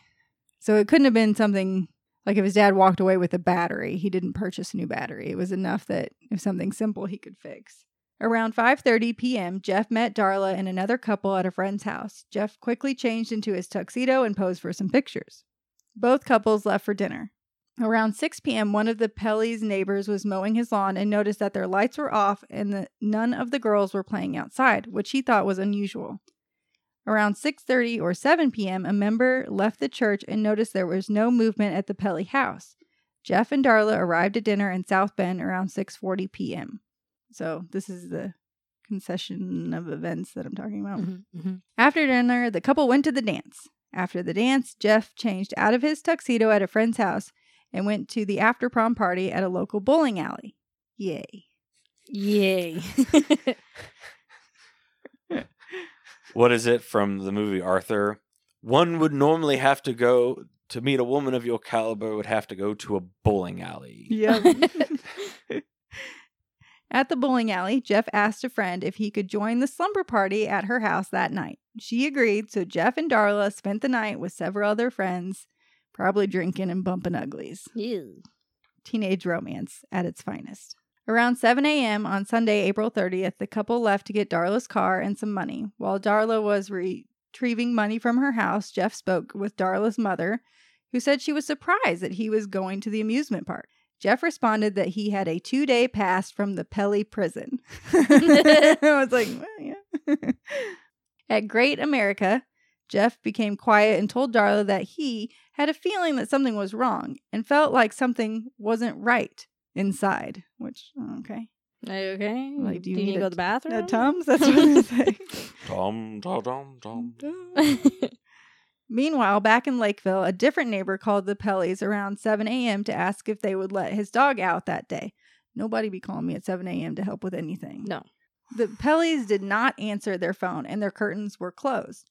[SPEAKER 4] So it couldn't have been something like if his dad walked away with a battery, he didn't purchase a new battery. It was enough that if something simple he could fix. Around 5:30 p.m., Jeff met Darla and another couple at a friend's house. Jeff quickly changed into his tuxedo and posed for some pictures. Both couples left for dinner. Around 6 p.m., one of the Pelly's neighbors was mowing his lawn and noticed that their lights were off and that none of the girls were playing outside, which he thought was unusual. Around 6:30 or 7 p.m., a member left the church and noticed there was no movement at the Pelly house. Jeff and Darla arrived at dinner in South Bend around 6:40 p.m. So, this is the concession of events that I'm talking
[SPEAKER 3] Oh,
[SPEAKER 4] about.
[SPEAKER 3] Mm-hmm.
[SPEAKER 4] After dinner, the couple went to the dance. After the dance, Jeff changed out of his tuxedo at a friend's house and went to the after prom party at a local bowling alley. Yay.
[SPEAKER 3] Yay.
[SPEAKER 5] What is it from the movie Arthur? One would normally have to go to meet a woman of your caliber would have to go to a bowling alley.
[SPEAKER 4] At the bowling alley, Jeff asked a friend if he could join the slumber party at her house that night. She agreed, so Jeff and Darla spent the night with several other friends, probably drinking and bumping uglies. Teenage romance at its finest. Around 7 a.m. on Sunday, April 30th, the couple left to get Darla's car and some money. While Darla was retrieving money from her house, Jeff spoke with Darla's mother, who said she was surprised that he was going to the amusement park. Jeff responded that he had a two day pass from the Pelly prison. I was like, well, yeah. At Great America, Jeff became quiet and told Darla that he had a feeling that something was wrong and felt like something wasn't right inside, which, okay.
[SPEAKER 3] Are you okay?
[SPEAKER 4] Like, do
[SPEAKER 3] do
[SPEAKER 4] you
[SPEAKER 3] you,
[SPEAKER 4] need
[SPEAKER 3] need to
[SPEAKER 4] a-
[SPEAKER 3] go to the bathroom?
[SPEAKER 4] Uh, Tums, that's what I say.
[SPEAKER 5] Dum, dum, dum,
[SPEAKER 3] Um,
[SPEAKER 5] dum.
[SPEAKER 3] Mm-hmm.
[SPEAKER 4] Meanwhile, back in Lakeville, a different neighbor called the Pelleys around 7 a.m. to ask if they would let his dog out that day. Nobody be calling me at 7 a.m. to help with anything.
[SPEAKER 3] No.
[SPEAKER 4] The Pelleys did not answer their phone and their curtains were closed.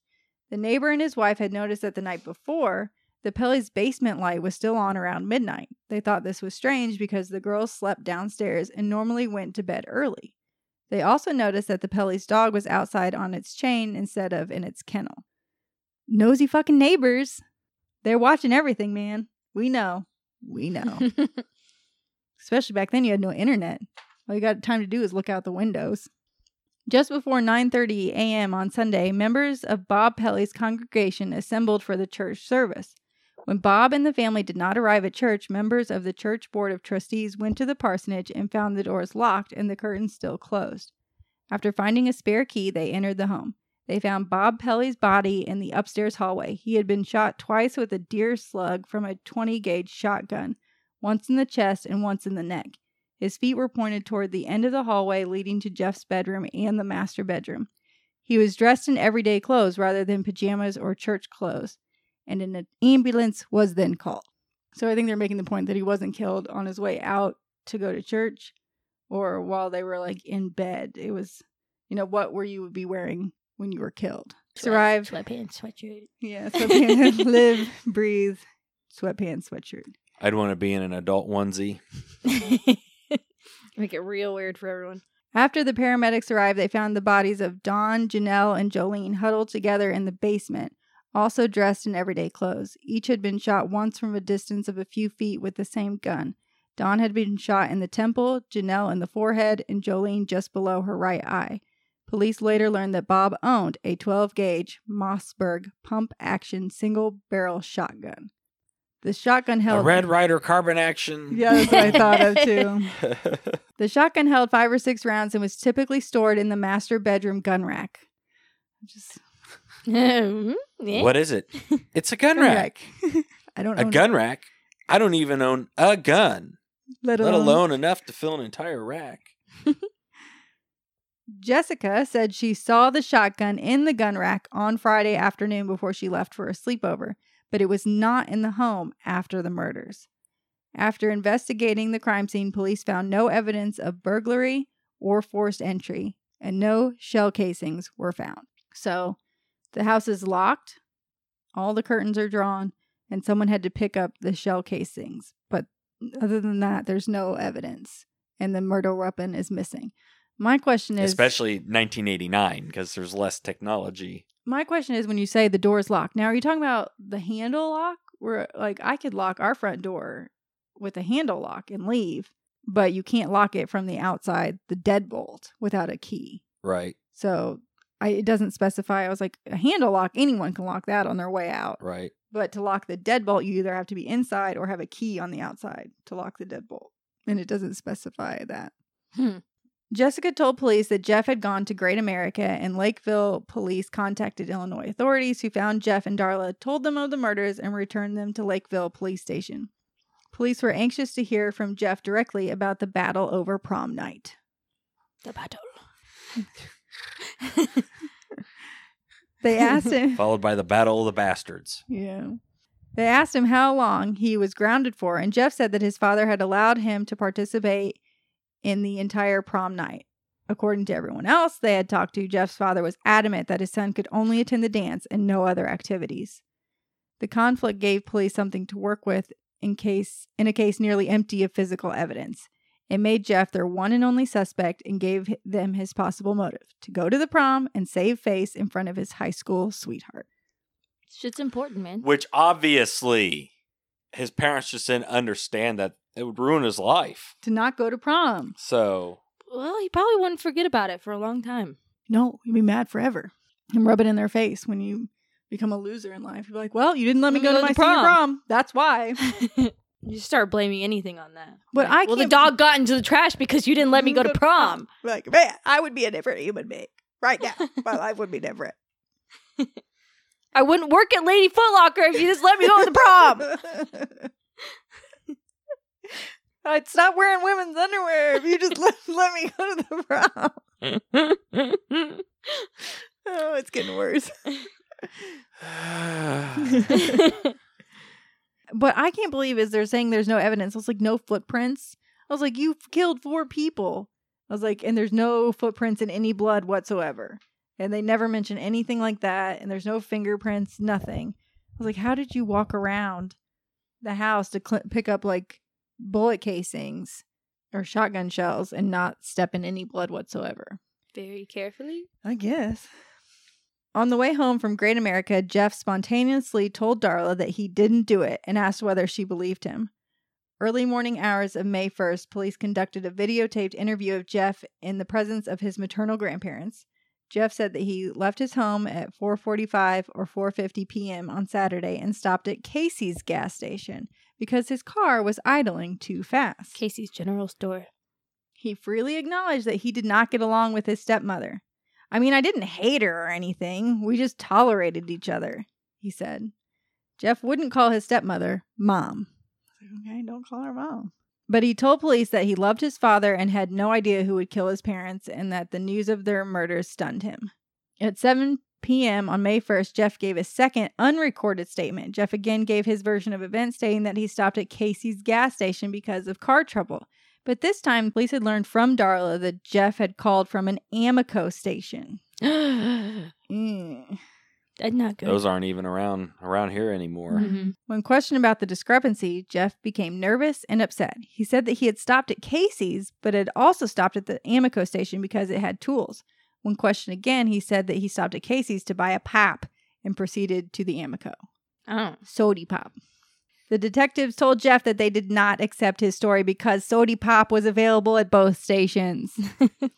[SPEAKER 4] The neighbor and his wife had noticed that the night before, the Pelleys' basement light was still on around midnight. They thought this was strange because the girls slept downstairs and normally went to bed early. They also noticed that the Pelleys' dog was outside on its chain instead of in its kennel. Nosy fucking neighbors. They're watching everything, man. We know. We know. Especially back then, you had no internet. All you got time to do is look out the windows. Just before 9:30 a.m. on Sunday, members of Bob Pelly's congregation assembled for the church service. When Bob and the family did not arrive at church, members of the church board of trustees went to the parsonage and found the doors locked and the curtains still closed. After finding a spare key, they entered the home. They found Bob Pelly's body in the upstairs hallway. He had been shot twice with a deer slug from a 20 gauge shotgun, once in the chest and once in the neck. His feet were pointed toward the end of the hallway leading to Jeff's bedroom and the master bedroom. He was dressed in everyday clothes rather than pajamas or church clothes, and an ambulance was then called. So I think they're making the point that he wasn't killed on his way out to go to church or while they were like in bed. It was, you know, what were you would be wearing when you were killed? Survive.
[SPEAKER 3] Sweatpants, sweatshirt.
[SPEAKER 4] Yeah, sweatpants, live, breathe, sweatpants, sweatshirt.
[SPEAKER 5] I'd want to be in an adult onesie.
[SPEAKER 3] Make it real weird for everyone.
[SPEAKER 4] After the paramedics arrived, they found the bodies of Don, Janelle, and Jolene huddled together in the basement, also dressed in everyday clothes. Each had been shot once from a distance of a few feet with the same gun. Don had been shot in the temple, Janelle in the forehead, and Jolene just below her right eye. Police later learned that Bob owned a 12 gauge Mossberg pump action single barrel shotgun. The shotgun
[SPEAKER 5] A
[SPEAKER 4] held.
[SPEAKER 5] Red Rider carbon action.
[SPEAKER 4] Yeah, that's what I thought of too.
[SPEAKER 5] Yeah.
[SPEAKER 4] The shotgun held five or six rounds and was typically stored in the master bedroom gun rack. Just
[SPEAKER 3] Mhm. Yeah.
[SPEAKER 5] what is it? It's a gun rack.
[SPEAKER 4] I don't
[SPEAKER 5] A
[SPEAKER 4] own
[SPEAKER 5] gun rack. I don't even own a gun,
[SPEAKER 4] it, let,
[SPEAKER 5] let
[SPEAKER 4] alone.
[SPEAKER 5] alone enough to fill an entire rack.
[SPEAKER 4] Jessica said she saw the shotgun in the gun rack on Friday afternoon before she left for a sleepover, but it was not in the home after the murders. After investigating the crime scene, police found no evidence of burglary or forced entry, and no shell casings were found. So the house is locked, all the curtains are drawn, and someone had to pick up the shell casings. But other than that, there's no evidence, and the murder weapon is missing. My question is
[SPEAKER 5] especially 1989 because there's less technology.
[SPEAKER 4] my question is when you say the door's locked. Now are you talking about the handle lock? Where like I could lock our front door with a handle lock and leave, but you can't lock it from the outside, the deadbolt without a key.
[SPEAKER 5] Right,
[SPEAKER 4] So I it doesn't specify. I was like a handle lock, anyone can lock that on their way out.
[SPEAKER 5] right.
[SPEAKER 4] But to lock the deadbolt, you either have to be inside or have a key on the outside to lock the deadbolt. And it doesn't specify that.
[SPEAKER 3] Hmm.
[SPEAKER 4] Jessica told police that Jeff had gone to Great America, and Lakeville police contacted Illinois authorities who found Jeff and Darla, told them of the murders, and returned them to Lakeville Police Station. Police were anxious to hear from Jeff directly about the battle over prom night.
[SPEAKER 3] The battle.
[SPEAKER 4] They asked him.
[SPEAKER 5] Followed by the Battle of the Bastards.
[SPEAKER 4] Yeah. They asked him how long he was grounded for, and Jeff said that his father had allowed him to participate in the entire prom night. According to everyone else they had talked to, Jeff's father was adamant that his son could only attend the dance and no other activities. The conflict gave police something to work with in case in a case nearly empty of physical evidence. It made Jeff their one and only suspect and gave them his possible motive to go to the prom and save face in front of his high school sweetheart.
[SPEAKER 3] Shit's important, man.
[SPEAKER 5] Which obviously his parents just didn't understand that it would ruin his life.
[SPEAKER 4] To not go to prom.
[SPEAKER 5] So
[SPEAKER 3] Well, he probably wouldn't forget about it for a long time.
[SPEAKER 4] No, you'd be mad forever. And rub it in their face when you become a loser in life. You'd be like, well, you didn't let me go to my senior prom. That's why.
[SPEAKER 3] you start blaming anything on that.
[SPEAKER 4] But I
[SPEAKER 3] well, the
[SPEAKER 4] can't-
[SPEAKER 3] dog got into the trash because you didn't let me go to prom.
[SPEAKER 4] Like, man, I would be a different human being right now. my life would be different.
[SPEAKER 3] I wouldn't work at Lady Foot Locker if you just let me go to prom.
[SPEAKER 4] prom. I'd stop wearing women's underwear if you just let, let me go to the prom. Oh, it's getting worse. But I can't believe is they're saying there's no evidence. I was like, no footprints. I was like, you f- killed four people. I was like, and there's no footprints in any blood whatsoever. And they never mention anything like that. And there's no fingerprints, nothing. I was like, how did you walk around the house to cl- pick up like bullet casings or shotgun shells and not step in any blood whatsoever?
[SPEAKER 3] Very carefully.
[SPEAKER 4] I guess. On the way home from Great America, Jeff spontaneously told Darla that he didn't do it and asked whether she believed him. Early morning hours of May 1st, police conducted a videotaped interview of Jeff in the presence of his maternal grandparents. Jeff said that he left his home at 4:45 or 4:50 p.m. on Saturday and stopped at Casey's gas station because his car was idling too fast.
[SPEAKER 3] Casey's General Store.
[SPEAKER 4] He freely acknowledged that he did not get along with his stepmother. I mean, I didn't hate her or anything. We just tolerated each other, he said. Jeff wouldn't call his stepmother mom. I was like, okay, don't call her mom. But he told police that he loved his father and had no idea who would kill his parents and that the news of their murders stunned him. At 7 p.m. on May 1st, Jeff gave a second unrecorded statement. Jeff again gave his version of events, stating that he stopped at Casey's gas station because of car trouble. But this time, police had learned from Darla that Jeff had called from an Amico station.
[SPEAKER 3] That's
[SPEAKER 4] Mm.
[SPEAKER 3] not good.
[SPEAKER 5] those aren't even around around here anymore.
[SPEAKER 3] Mhm.
[SPEAKER 4] When questioned about the discrepancy, Jeff became nervous and upset. He said that he had stopped at Casey's, but had also stopped at the Amico station because it had tools. When questioned again, he said that he stopped at Casey's to buy a pop and proceeded to the Amico.
[SPEAKER 3] Oh.
[SPEAKER 4] Sody Pop. The detectives told Jeff that they did not accept his story because Sody Pop was available at both stations.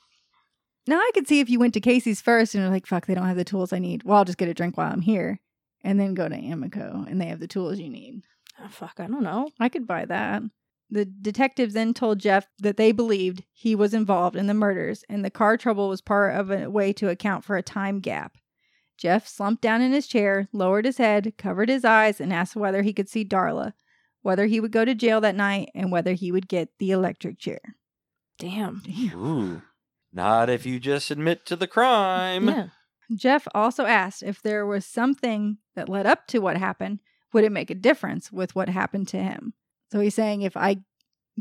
[SPEAKER 4] now I could see if you went to Casey's first and you're like, fuck, they don't have the tools I need. Well, I'll just get a drink while I'm here. And then go to Amico and they have the tools you need.
[SPEAKER 3] Oh, fuck, I don't know.
[SPEAKER 4] I could buy that. The detectives then told Jeff that they believed he was involved in the murders and the car trouble was part of a way to account for a time gap. Jeff slumped down in his chair, lowered his head, covered his eyes, and asked whether he could see Darla, whether he would go to jail that night, and whether he would get the electric chair.
[SPEAKER 3] Damn.
[SPEAKER 5] Ooh. Not if you just admit to the crime.
[SPEAKER 3] Yeah.
[SPEAKER 4] Jeff also asked if there was something that led up to what happened, would it make a difference with what happened to him? So he's saying if I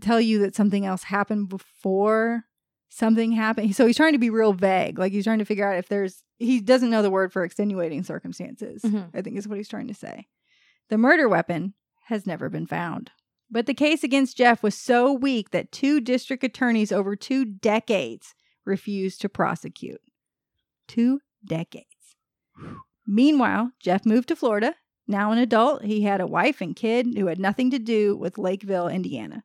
[SPEAKER 4] tell you that something else happened before something happened, so he's trying to be real vague. Like he's trying to figure out if there's, he doesn't know the word for extenuating circumstances,
[SPEAKER 3] Mhm.
[SPEAKER 4] I think is what he's trying to say. The murder weapon has never been found. But the case against Jeff was so weak that two district attorneys over two decades refused to prosecute. Two decades. Meanwhile, Jeff moved to Florida. Now an adult, he had a wife and kid who had nothing to do with Lakeville, Indiana.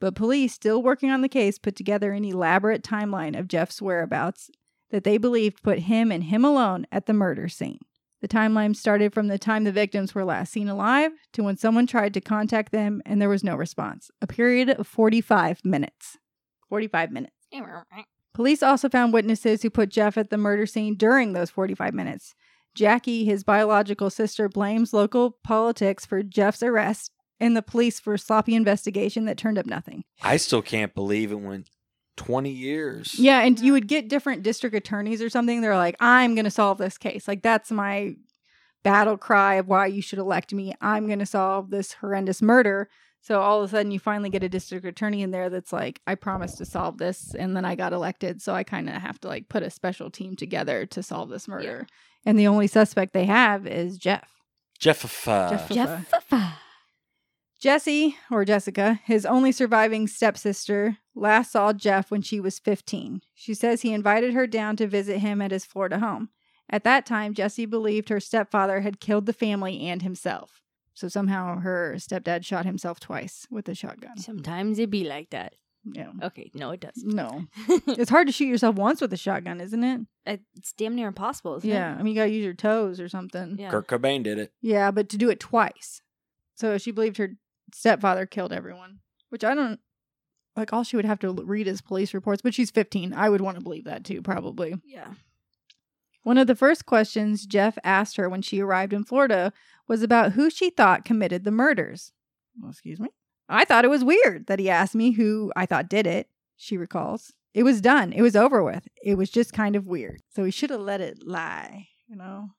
[SPEAKER 4] But police, still working on the case, put together an elaborate timeline of Jeff's whereabouts that they believed put him and him alone at the murder scene. The timeline started from the time the victims were last seen alive to when someone tried to contact them and there was no response, a period of 45 minutes. 45 minutes. Police also found witnesses who put Jeff at the murder scene during those 45 minutes. Jackie, his biological sister, blames local politics for Jeff's arrest and the police for sloppy investigation that turned up nothing.
[SPEAKER 5] I still can't believe it went 20 years.
[SPEAKER 4] Yeah, and you would get different district attorneys or something. They're like, I'm going to solve this case. Like, that's my battle cry of why you should elect me. I'm going to solve this horrendous murder. So all of a sudden, you finally get a district attorney in there that's like, I promised to solve this, and then I got elected. So I kind of have to like put a special team together to solve this murder. And the only suspect they have is Jeff.
[SPEAKER 5] Jeff. uh,
[SPEAKER 4] Jeff-
[SPEAKER 3] Jeff. uh,
[SPEAKER 4] Jesse, or Jessica, his only surviving stepsister, last saw Jeff when she was 15. She says he invited her down to visit him at his Florida home. At that time, Jesse believed her stepfather had killed the family and himself. So somehow her stepdad shot himself twice with a shotgun.
[SPEAKER 3] Sometimes it be like that.
[SPEAKER 4] Yeah.
[SPEAKER 3] Okay, no, it doesn't.
[SPEAKER 4] No. It's hard to shoot yourself once with a shotgun, isn't it?
[SPEAKER 3] it's damn near impossible, isn't
[SPEAKER 4] yeah. I mean, you got to use your toes or something.
[SPEAKER 3] it? Yeah.
[SPEAKER 5] Kurt Cobain did it.
[SPEAKER 4] Yeah, but to do it twice. So she believed her stepfather killed everyone, which I don't like. All she would have to l- read is police reports, but she's 15. I would want to believe that too, probably.
[SPEAKER 3] Yeah.
[SPEAKER 4] One of the first questions Jeff asked her when she arrived in Florida was about who she thought committed the murders. Well, excuse me? I thought it was weird that he asked me who I thought did it, she recalls. It was done. It was over with. It was just kind of weird. So he should have let it lie, you know?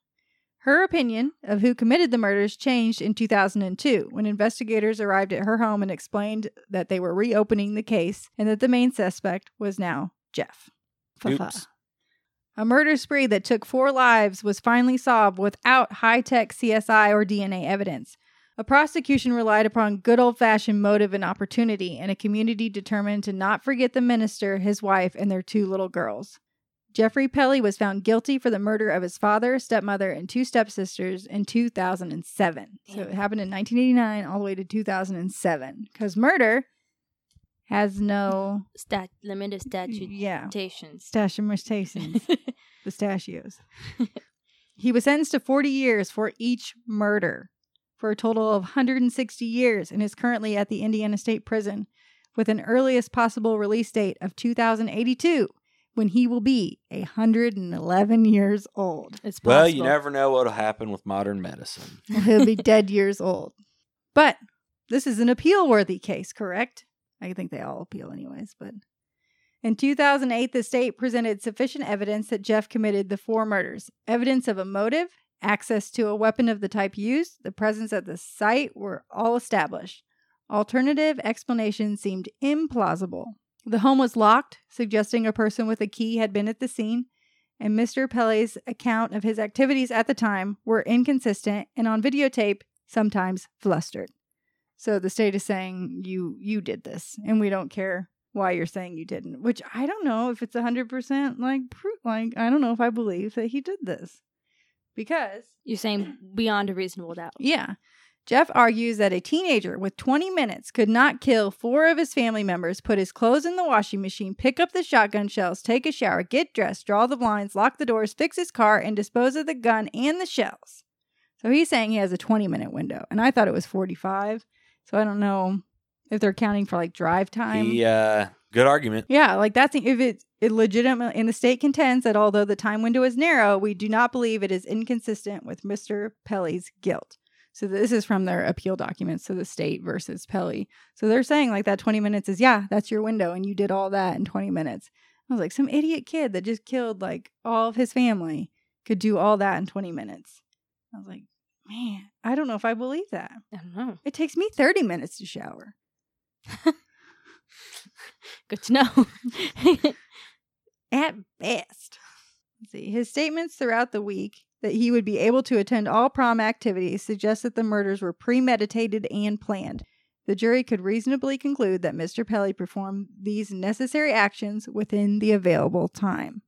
[SPEAKER 4] Her opinion of who committed the murders changed in 2002 when investigators arrived at her home and explained that they were reopening the case and that the main suspect was now Jeff. Fa-fa.
[SPEAKER 5] Oops.
[SPEAKER 4] A murder spree that took four lives was finally solved without high tech CSI or DNA evidence. A prosecution relied upon good old fashioned motive and opportunity, and a community determined to not forget the minister, his wife, and their two little girls. Jeffrey Pelly was found guilty for the murder of his father, stepmother, and two stepsisters in 2007. So it happened in 1989 all the way to 2007. Because murder has no.
[SPEAKER 3] Stat limited statute
[SPEAKER 4] Yeah.
[SPEAKER 3] limitations.
[SPEAKER 4] Stashimers pistachios. he was sentenced to 40 years for each murder, for a total of 160 years, and is currently at the Indiana State Prison with an earliest possible release date of 2082 when he will be 111 years old.
[SPEAKER 3] it's possible.
[SPEAKER 5] Well, you never know what'll happen with modern medicine.
[SPEAKER 4] He'll be dead years old. But this is an appeal worthy case, correct? I think they all appeal, anyways. But in 2008, the state presented sufficient evidence that Jeff committed the four murders evidence of a motive, access to a weapon of the type used, the presence at the site were all established. Alternative explanations seemed implausible. The home was locked, suggesting a person with a key had been at the scene and Mr. Pele's account of his activities at the time were inconsistent and on videotape sometimes flustered. So the state is saying you you did this and we don't care why you're saying you didn't, which I don't know if it's 100% like proof like I don't know if I believe that he did this. Because
[SPEAKER 3] You're saying beyond a reasonable doubt.
[SPEAKER 4] yeah. Jeff argues that a teenager with 20 minutes could not kill four of his family members, put his clothes in the washing machine, pick up the shotgun shells, take a shower, get dressed, draw the blinds, lock the doors, fix his car, and dispose of the gun and the shells. So he's saying he has a 20 minute window, and I thought it was 45. So I don't know if they're counting for like drive time.
[SPEAKER 5] He, uh, good argument.
[SPEAKER 4] Yeah, like that's if it, it legitimate and the state contends that although the time window is narrow, we do not believe it is inconsistent with Mr. Pelly's guilt. So this is from their appeal documents to the state versus Pelly. So they're saying like that 20 minutes is yeah, that's your window and you did all that in 20 minutes. I was like some idiot kid that just killed like all of his family could do all that in 20 minutes. I was like, man, I don't know if I believe that.
[SPEAKER 3] I don't know.
[SPEAKER 4] It takes me 30 minutes to shower.
[SPEAKER 3] Good to know.
[SPEAKER 4] at best. Let's see. His statements throughout the week that he would be able to attend all prom activities suggest that the murders were premeditated and planned. the jury could reasonably conclude that Mr. Pelly performed these necessary actions within the available time.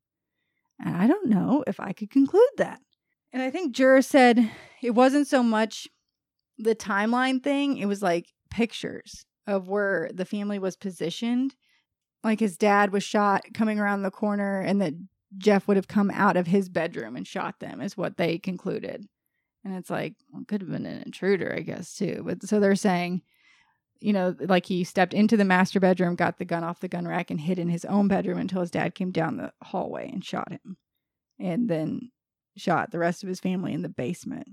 [SPEAKER 4] And I don't know if I could conclude that. And I think jurors said it wasn't so much the timeline thing, it was like pictures of where the family was positioned. Like his dad was shot coming around the corner, and that Jeff would have come out of his bedroom and shot them, is what they concluded. And it's like, well, could have been an intruder, I guess, too. But so they're saying, you know, like he stepped into the master bedroom, got the gun off the gun rack, and hid in his own bedroom until his dad came down the hallway and shot him. And then shot the rest of his family in the basement.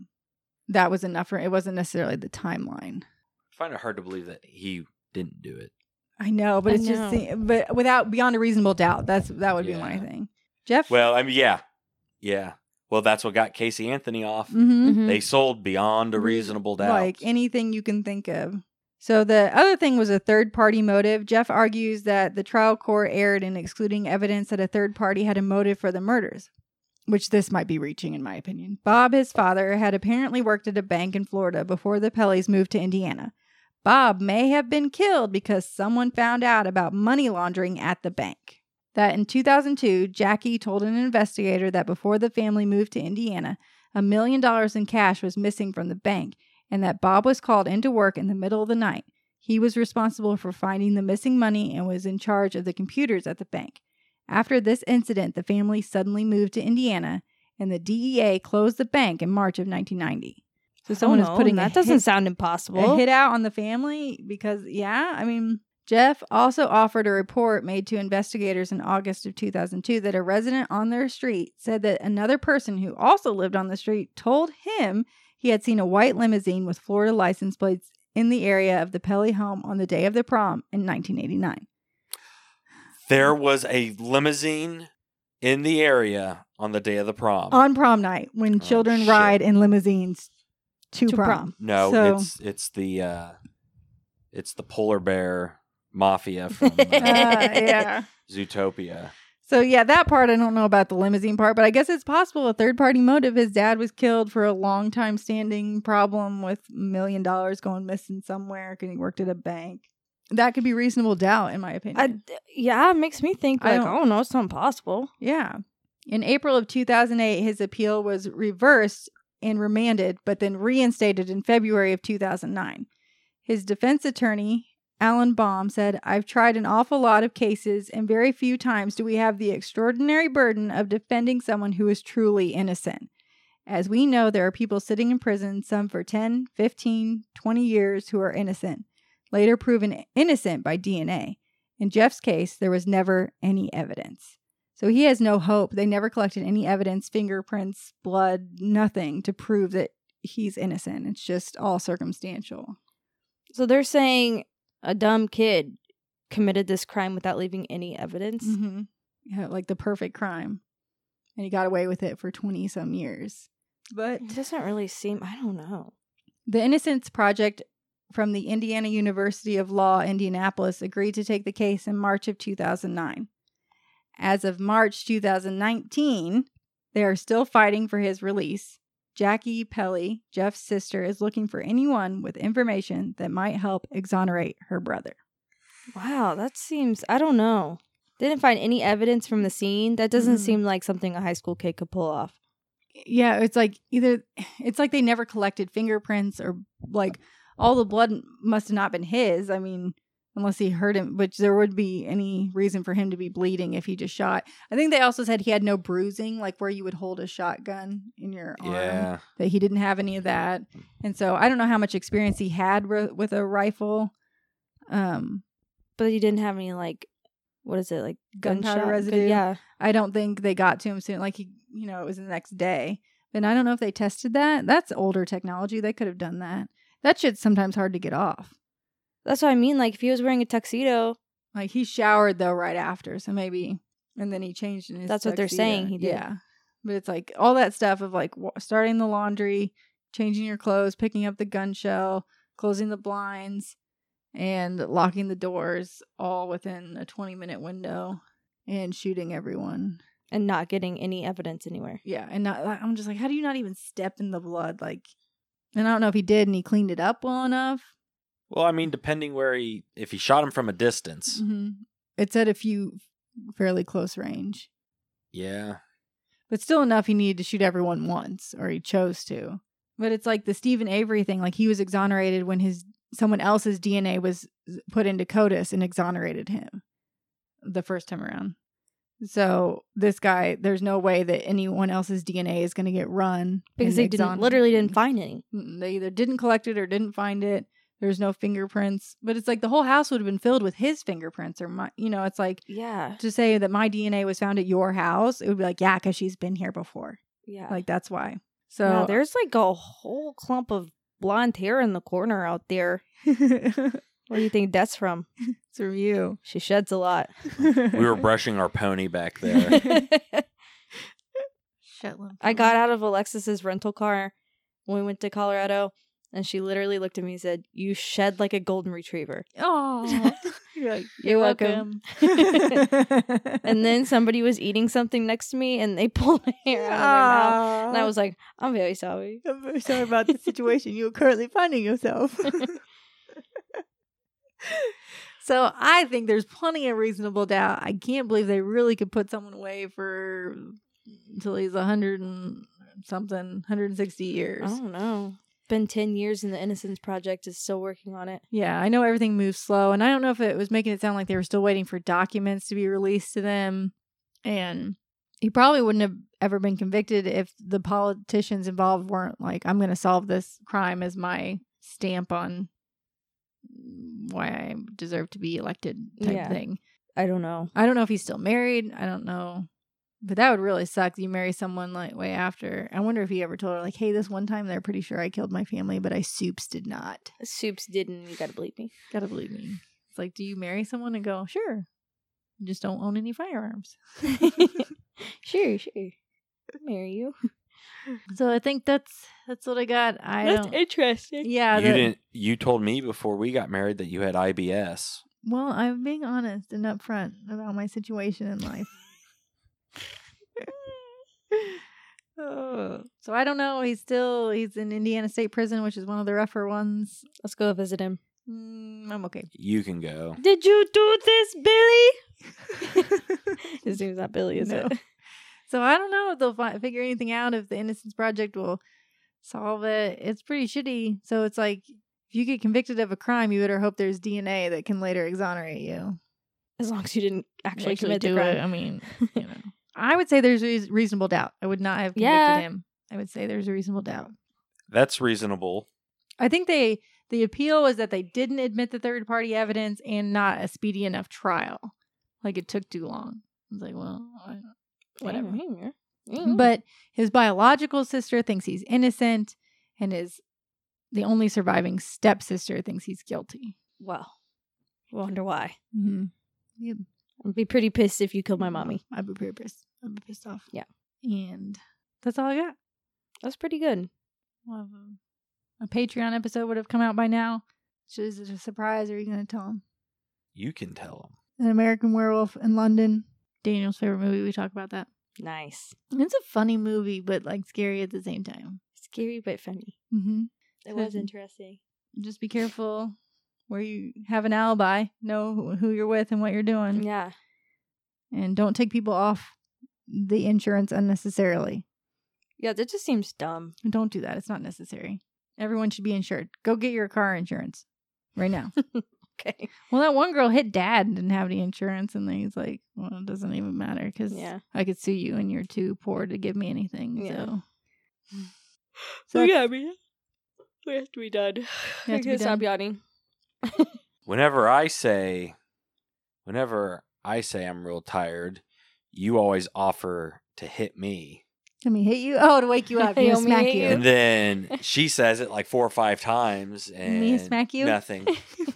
[SPEAKER 4] That was enough for it wasn't necessarily the timeline.
[SPEAKER 5] I find it hard to believe that he didn't do it.
[SPEAKER 4] I know, but
[SPEAKER 3] I
[SPEAKER 4] it's just the- but without beyond a reasonable doubt, that's that would be my
[SPEAKER 5] Yeah.
[SPEAKER 4] thing. Jeff
[SPEAKER 5] Well, I mean, yeah, yeah. Well, that's what got Casey Anthony off.
[SPEAKER 4] Mhm.
[SPEAKER 3] Mhm.
[SPEAKER 5] They sold beyond a reasonable doubt.
[SPEAKER 4] Mm-hmm. Like anything you can think of. So the other thing was a third party motive. Jeff argues that the trial court erred in excluding evidence that a third party had a motive for the murders, which this might be reaching in my opinion. Bob, his father, had apparently worked at a bank in Florida before the Pelleys moved to Indiana. Bob may have been killed because someone found out about money laundering at the bank. That in 2002, Jackie told an investigator that before the family moved to Indiana, a million dollars in cash was missing from the bank and that Bob was called into work in the middle of the night. He was responsible for finding the missing money and was in charge of the computers at the bank. After this incident, the family suddenly moved to Indiana, and the DEA closed the bank in March of 1990. So someone is putting a
[SPEAKER 3] Oh, that doesn't
[SPEAKER 4] hit-
[SPEAKER 3] sound
[SPEAKER 4] a
[SPEAKER 3] impossible.
[SPEAKER 4] hit out on the family because yeah, I mean Jeff also offered a report made to investigators in August of 2002 that a resident on their street said that another person who also lived on the street told him he had seen a white limousine with Florida license plates in the area of the Pelly home on the day of the prom in 1989.
[SPEAKER 5] there was a limousine in the area on the day of the prom.
[SPEAKER 4] On prom night when
[SPEAKER 5] Oh,
[SPEAKER 4] children
[SPEAKER 5] shit.
[SPEAKER 4] ride in limousines to,
[SPEAKER 3] To
[SPEAKER 4] prom.
[SPEAKER 3] prom.
[SPEAKER 5] no,
[SPEAKER 4] so-
[SPEAKER 5] it's it's the uh, it's the polar bear mafia from
[SPEAKER 4] Uh,
[SPEAKER 5] uh,
[SPEAKER 4] yeah.
[SPEAKER 5] Zootopia.
[SPEAKER 4] So yeah, that part I don't know about the limousine part, but I guess it's possible a third party motive. His dad was killed for a long time standing problem with million dollars going missing somewhere because he worked at a bank. That could be reasonable doubt, in my opinion.
[SPEAKER 3] I d- yeah, it makes me think
[SPEAKER 4] I
[SPEAKER 3] like,
[SPEAKER 4] don't-
[SPEAKER 3] oh no, it's not impossible.
[SPEAKER 4] yeah. In April of 2008, his appeal was reversed and remanded, but then reinstated in February of 2009. His defense attorney, Alan Baum, said, I've tried an awful lot of cases, and very few times do we have the extraordinary burden of defending someone who is truly innocent. As we know, there are people sitting in prison, some for 10, 15, 20 years, who are innocent, later proven innocent by DNA. In Jeff's case, there was never any evidence. So he has no hope. They never collected any evidence, fingerprints, blood, nothing to prove that he's innocent. It's just all circumstantial.
[SPEAKER 3] So they're saying a dumb kid committed this crime without leaving any evidence.
[SPEAKER 4] Mm-hmm. Yeah, like the perfect crime. And he got away with it for 20 some years. But
[SPEAKER 3] It doesn't really seem. I don't know.
[SPEAKER 4] The Innocence Project from the Indiana University of Law, Indianapolis, agreed to take the case in March of 2009. As of March 2019, they are still fighting for his release. Jackie Pelly, Jeff's sister, is looking for anyone with information that might help exonerate her brother.
[SPEAKER 3] Wow, that seems. I don't know. Didn't find any evidence from the scene. That doesn't
[SPEAKER 4] Mhm.
[SPEAKER 3] seem like something a high school kid could pull off.
[SPEAKER 4] yeah it's like either it's like they never collected fingerprints or like all the blood must have not been his i mean unless he hurt him which there would be any reason for him to be bleeding if he just shot i think they also said he had no bruising like where you would hold a shotgun in your arm
[SPEAKER 5] Yeah,
[SPEAKER 4] that he didn't have any of that and so i don't know how much experience he had ri- with a rifle um
[SPEAKER 3] But you didn't have any like, what is it like
[SPEAKER 4] Gunpowder
[SPEAKER 3] gunshot gun-
[SPEAKER 4] residue?
[SPEAKER 3] Yeah,
[SPEAKER 4] I don't think they got to him soon. Like he, you know, it was the next day. Then I don't know if they tested that. That's older technology. They could have done that. That shit's sometimes hard to get off.
[SPEAKER 3] that's what I mean. Like if he was wearing a tuxedo,
[SPEAKER 4] Like he showered though right after, so maybe, and then he changed in his.
[SPEAKER 3] That's what they're
[SPEAKER 4] tuxedo.
[SPEAKER 3] saying he did.
[SPEAKER 4] Yeah, but it's like all that stuff of like wa- starting the laundry, changing your clothes, picking up the gun shell, closing the blinds, and locking the doors, all within a twenty-minute window, and shooting everyone.
[SPEAKER 3] and not getting any evidence anywhere.
[SPEAKER 4] Yeah, and not, like, I'm just like, how do you not even step in the blood? Like, and I don't know if he did, and he cleaned it up well enough,
[SPEAKER 5] Well, I mean, depending where he, if he shot him from a
[SPEAKER 4] Mm-hmm.
[SPEAKER 5] distance,
[SPEAKER 3] Mm-hmm.
[SPEAKER 4] It said a few fairly close range,
[SPEAKER 5] yeah,
[SPEAKER 4] but still enough he needed to shoot everyone once, or he chose to. But it's like the Stephen Avery thing. Like he was exonerated when his someone else's DNA was put into CODIS and exonerated him the first time around. So this guy, there's no way that anyone else's DNA is going to get run
[SPEAKER 3] because
[SPEAKER 4] and
[SPEAKER 3] they didn't
[SPEAKER 4] exonerate
[SPEAKER 3] literally
[SPEAKER 4] him.
[SPEAKER 3] didn't find any.
[SPEAKER 4] Mm, They either didn't collect it or didn't find it. There's no fingerprints, but it's like the whole house would have been filled with his fingerprints or my, you know, it's like
[SPEAKER 3] Yeah,
[SPEAKER 4] to say that my DNA was found at your house, it would be like, yeah, because she's been here before.
[SPEAKER 3] yeah.
[SPEAKER 4] Like, that's why. So,
[SPEAKER 3] Wow, there's like a whole clump of blonde hair in the corner out there.
[SPEAKER 4] it's
[SPEAKER 3] Where do you think that's from?
[SPEAKER 4] from you.
[SPEAKER 3] She sheds a lot.
[SPEAKER 5] we were brushing our pony back there.
[SPEAKER 4] Shetland.
[SPEAKER 3] I got out of Alexis's rental car when we went to Colorado, and she literally looked at me and said, "You shed like a golden retriever."
[SPEAKER 4] Oh, you're like, you're,
[SPEAKER 3] You're
[SPEAKER 4] welcome.
[SPEAKER 3] welcome. And then somebody was eating something next to me, and they pulled my hair out of my mouth, and I was like, "I'm very sorry."
[SPEAKER 4] I'm very sorry about the situation you are currently finding yourself. so I think there's plenty of reasonable doubt. I can't believe they really could put someone away for until he's a hundred and something, 160
[SPEAKER 3] I
[SPEAKER 4] years.
[SPEAKER 3] don't know. Been ten years, and the Innocence Project is still working on it.
[SPEAKER 4] Yeah, I know everything moves slow, and I don't know if it was making it sound like they were still waiting for documents to be released to them. And he probably wouldn't have ever been convicted if the politicians involved weren't like, "I'm going to solve this crime" as my stamp on why I deserve to be elected type
[SPEAKER 3] Yeah.
[SPEAKER 4] thing.
[SPEAKER 3] I don't know.
[SPEAKER 4] I don't know if he's still married. I don't know. But that would really suck. You marry someone like way after. I wonder if he ever told her, like, hey, this one time they're pretty sure I killed my family, but I soups did not.
[SPEAKER 3] Soups didn't. You gotta believe me.
[SPEAKER 4] Gotta believe me. It's like, do you marry someone and go, sure, you just don't own any firearms?
[SPEAKER 3] sure, sure. Marry you.
[SPEAKER 4] So I think that's that's what I got. I don't.
[SPEAKER 3] interesting.
[SPEAKER 4] yeah.
[SPEAKER 5] you
[SPEAKER 4] the-
[SPEAKER 5] didn't. You told me before we got married that you had IBS.
[SPEAKER 4] Well, I'm being honest and upfront about my situation in life. Oh, so I don't know. He's still he's in Indiana State Prison, which is one of the rougher ones.
[SPEAKER 3] Let's go visit him.
[SPEAKER 4] Mm, I'm okay.
[SPEAKER 5] You can go.
[SPEAKER 3] Did you do this, Billy? His name's not Billy, is
[SPEAKER 4] No.
[SPEAKER 3] it?
[SPEAKER 4] So I don't know if they'll fi- figure anything out if the Innocence Project will solve it. It's pretty shitty. So it's like if you get convicted of a crime, you better hope there's DNA that can later exonerate you.
[SPEAKER 3] As long as you didn't actually, commit
[SPEAKER 4] do
[SPEAKER 3] the
[SPEAKER 4] it.
[SPEAKER 3] crime.
[SPEAKER 4] I mean, you know. I would say there's reas reasonable doubt. I would not have convicted
[SPEAKER 3] Yeah.
[SPEAKER 4] him. I would say there's a reasonable doubt.
[SPEAKER 5] That's reasonable.
[SPEAKER 4] I think they the appeal is that they didn't admit the third party evidence and not a speedy enough trial. Like it took too long. It's like, well, I, whatever. But his biological sister thinks he's innocent, and his the only surviving stepsister thinks he's guilty.
[SPEAKER 3] well, wonder why.
[SPEAKER 4] Mm-hmm.
[SPEAKER 3] I'd be pretty pissed if you killed my mommy.
[SPEAKER 4] I'd be pretty pissed. I'd be pissed off.
[SPEAKER 3] Yeah.
[SPEAKER 4] and that's all I got.
[SPEAKER 3] That's pretty good.
[SPEAKER 4] We'll have a, a Patreon episode would have come out by now. So Is it a surprise? Or are you going to tell him?
[SPEAKER 5] You can tell him.
[SPEAKER 4] An American Werewolf in London. Daniel's favorite movie. We talk about that.
[SPEAKER 3] Nice,
[SPEAKER 4] It's a funny movie, but like scary at the same time.
[SPEAKER 3] scary but funny.
[SPEAKER 4] Mm-hmm.
[SPEAKER 3] It was
[SPEAKER 4] Mhm.
[SPEAKER 3] interesting.
[SPEAKER 4] Just be careful where you have an alibi. Know who- who you're with and what you're doing.
[SPEAKER 3] Yeah,
[SPEAKER 4] and don't take people off the insurance unnecessarily.
[SPEAKER 3] yeah. That just seems dumb.
[SPEAKER 4] Don't do that. It's not necessary. Everyone should be insured. Go get your car insurance right now.
[SPEAKER 3] Okay.
[SPEAKER 4] well, that one girl hit dad and didn't have any insurance, and then he's like, "Well, it doesn't even matter because
[SPEAKER 3] Yeah.
[SPEAKER 4] I could sue you, and you're too poor to give me anything."
[SPEAKER 3] Yeah.
[SPEAKER 4] So,
[SPEAKER 3] So
[SPEAKER 4] that's-
[SPEAKER 3] yeah, we, we have to be done. We
[SPEAKER 4] We have to be done.
[SPEAKER 3] stop yawning.
[SPEAKER 5] Whenever I say, whenever I say I'm real tired, you always offer to hit me.
[SPEAKER 4] Let me hit you. Oh, to wake you up.
[SPEAKER 3] Let
[SPEAKER 4] You
[SPEAKER 3] me
[SPEAKER 4] smack
[SPEAKER 3] hit
[SPEAKER 4] you.
[SPEAKER 3] you.
[SPEAKER 5] And then she says it like four or five times, and
[SPEAKER 4] me smack you?
[SPEAKER 5] Nothing.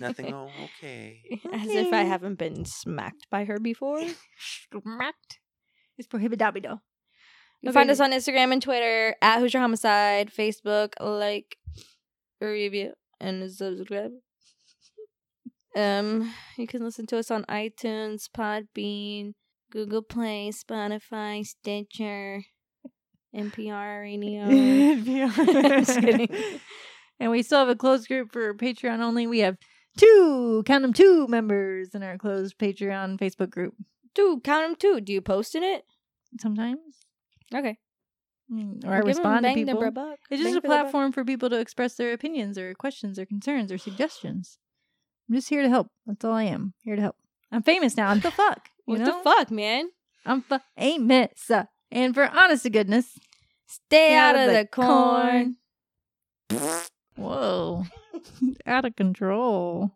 [SPEAKER 5] Nothing. Oh, okay.
[SPEAKER 3] As if I haven't been smacked by her before. You
[SPEAKER 4] Smacked. It's prohibido.
[SPEAKER 3] can find us on Instagram and Twitter at Hoosier Homicide, Facebook, like, review, and subscribe. Um, you can listen to us on iTunes, Podbean, Google Play, Spotify, Stitcher, NPR Radio. Just kidding.
[SPEAKER 4] And we still have a closed group for Patreon only. We have two, count them two members in our closed Patreon Facebook group.
[SPEAKER 3] Dude, count them too. Do you post in it?
[SPEAKER 4] Sometimes,
[SPEAKER 3] Okay.
[SPEAKER 4] Mm, or I respond to people. It's just a
[SPEAKER 3] platform.
[SPEAKER 4] platform for people to express their opinions or questions or concerns or suggestions. I'm just here to help. That's all I am. Here to help. I'm famous now. I'm the fuck. You
[SPEAKER 3] What
[SPEAKER 4] know?
[SPEAKER 3] the fuck, man?
[SPEAKER 4] I'm fa- famous. And for honest to goodness,
[SPEAKER 3] Stay
[SPEAKER 4] Get
[SPEAKER 3] out, of the, corn.
[SPEAKER 4] Whoa. Out of control.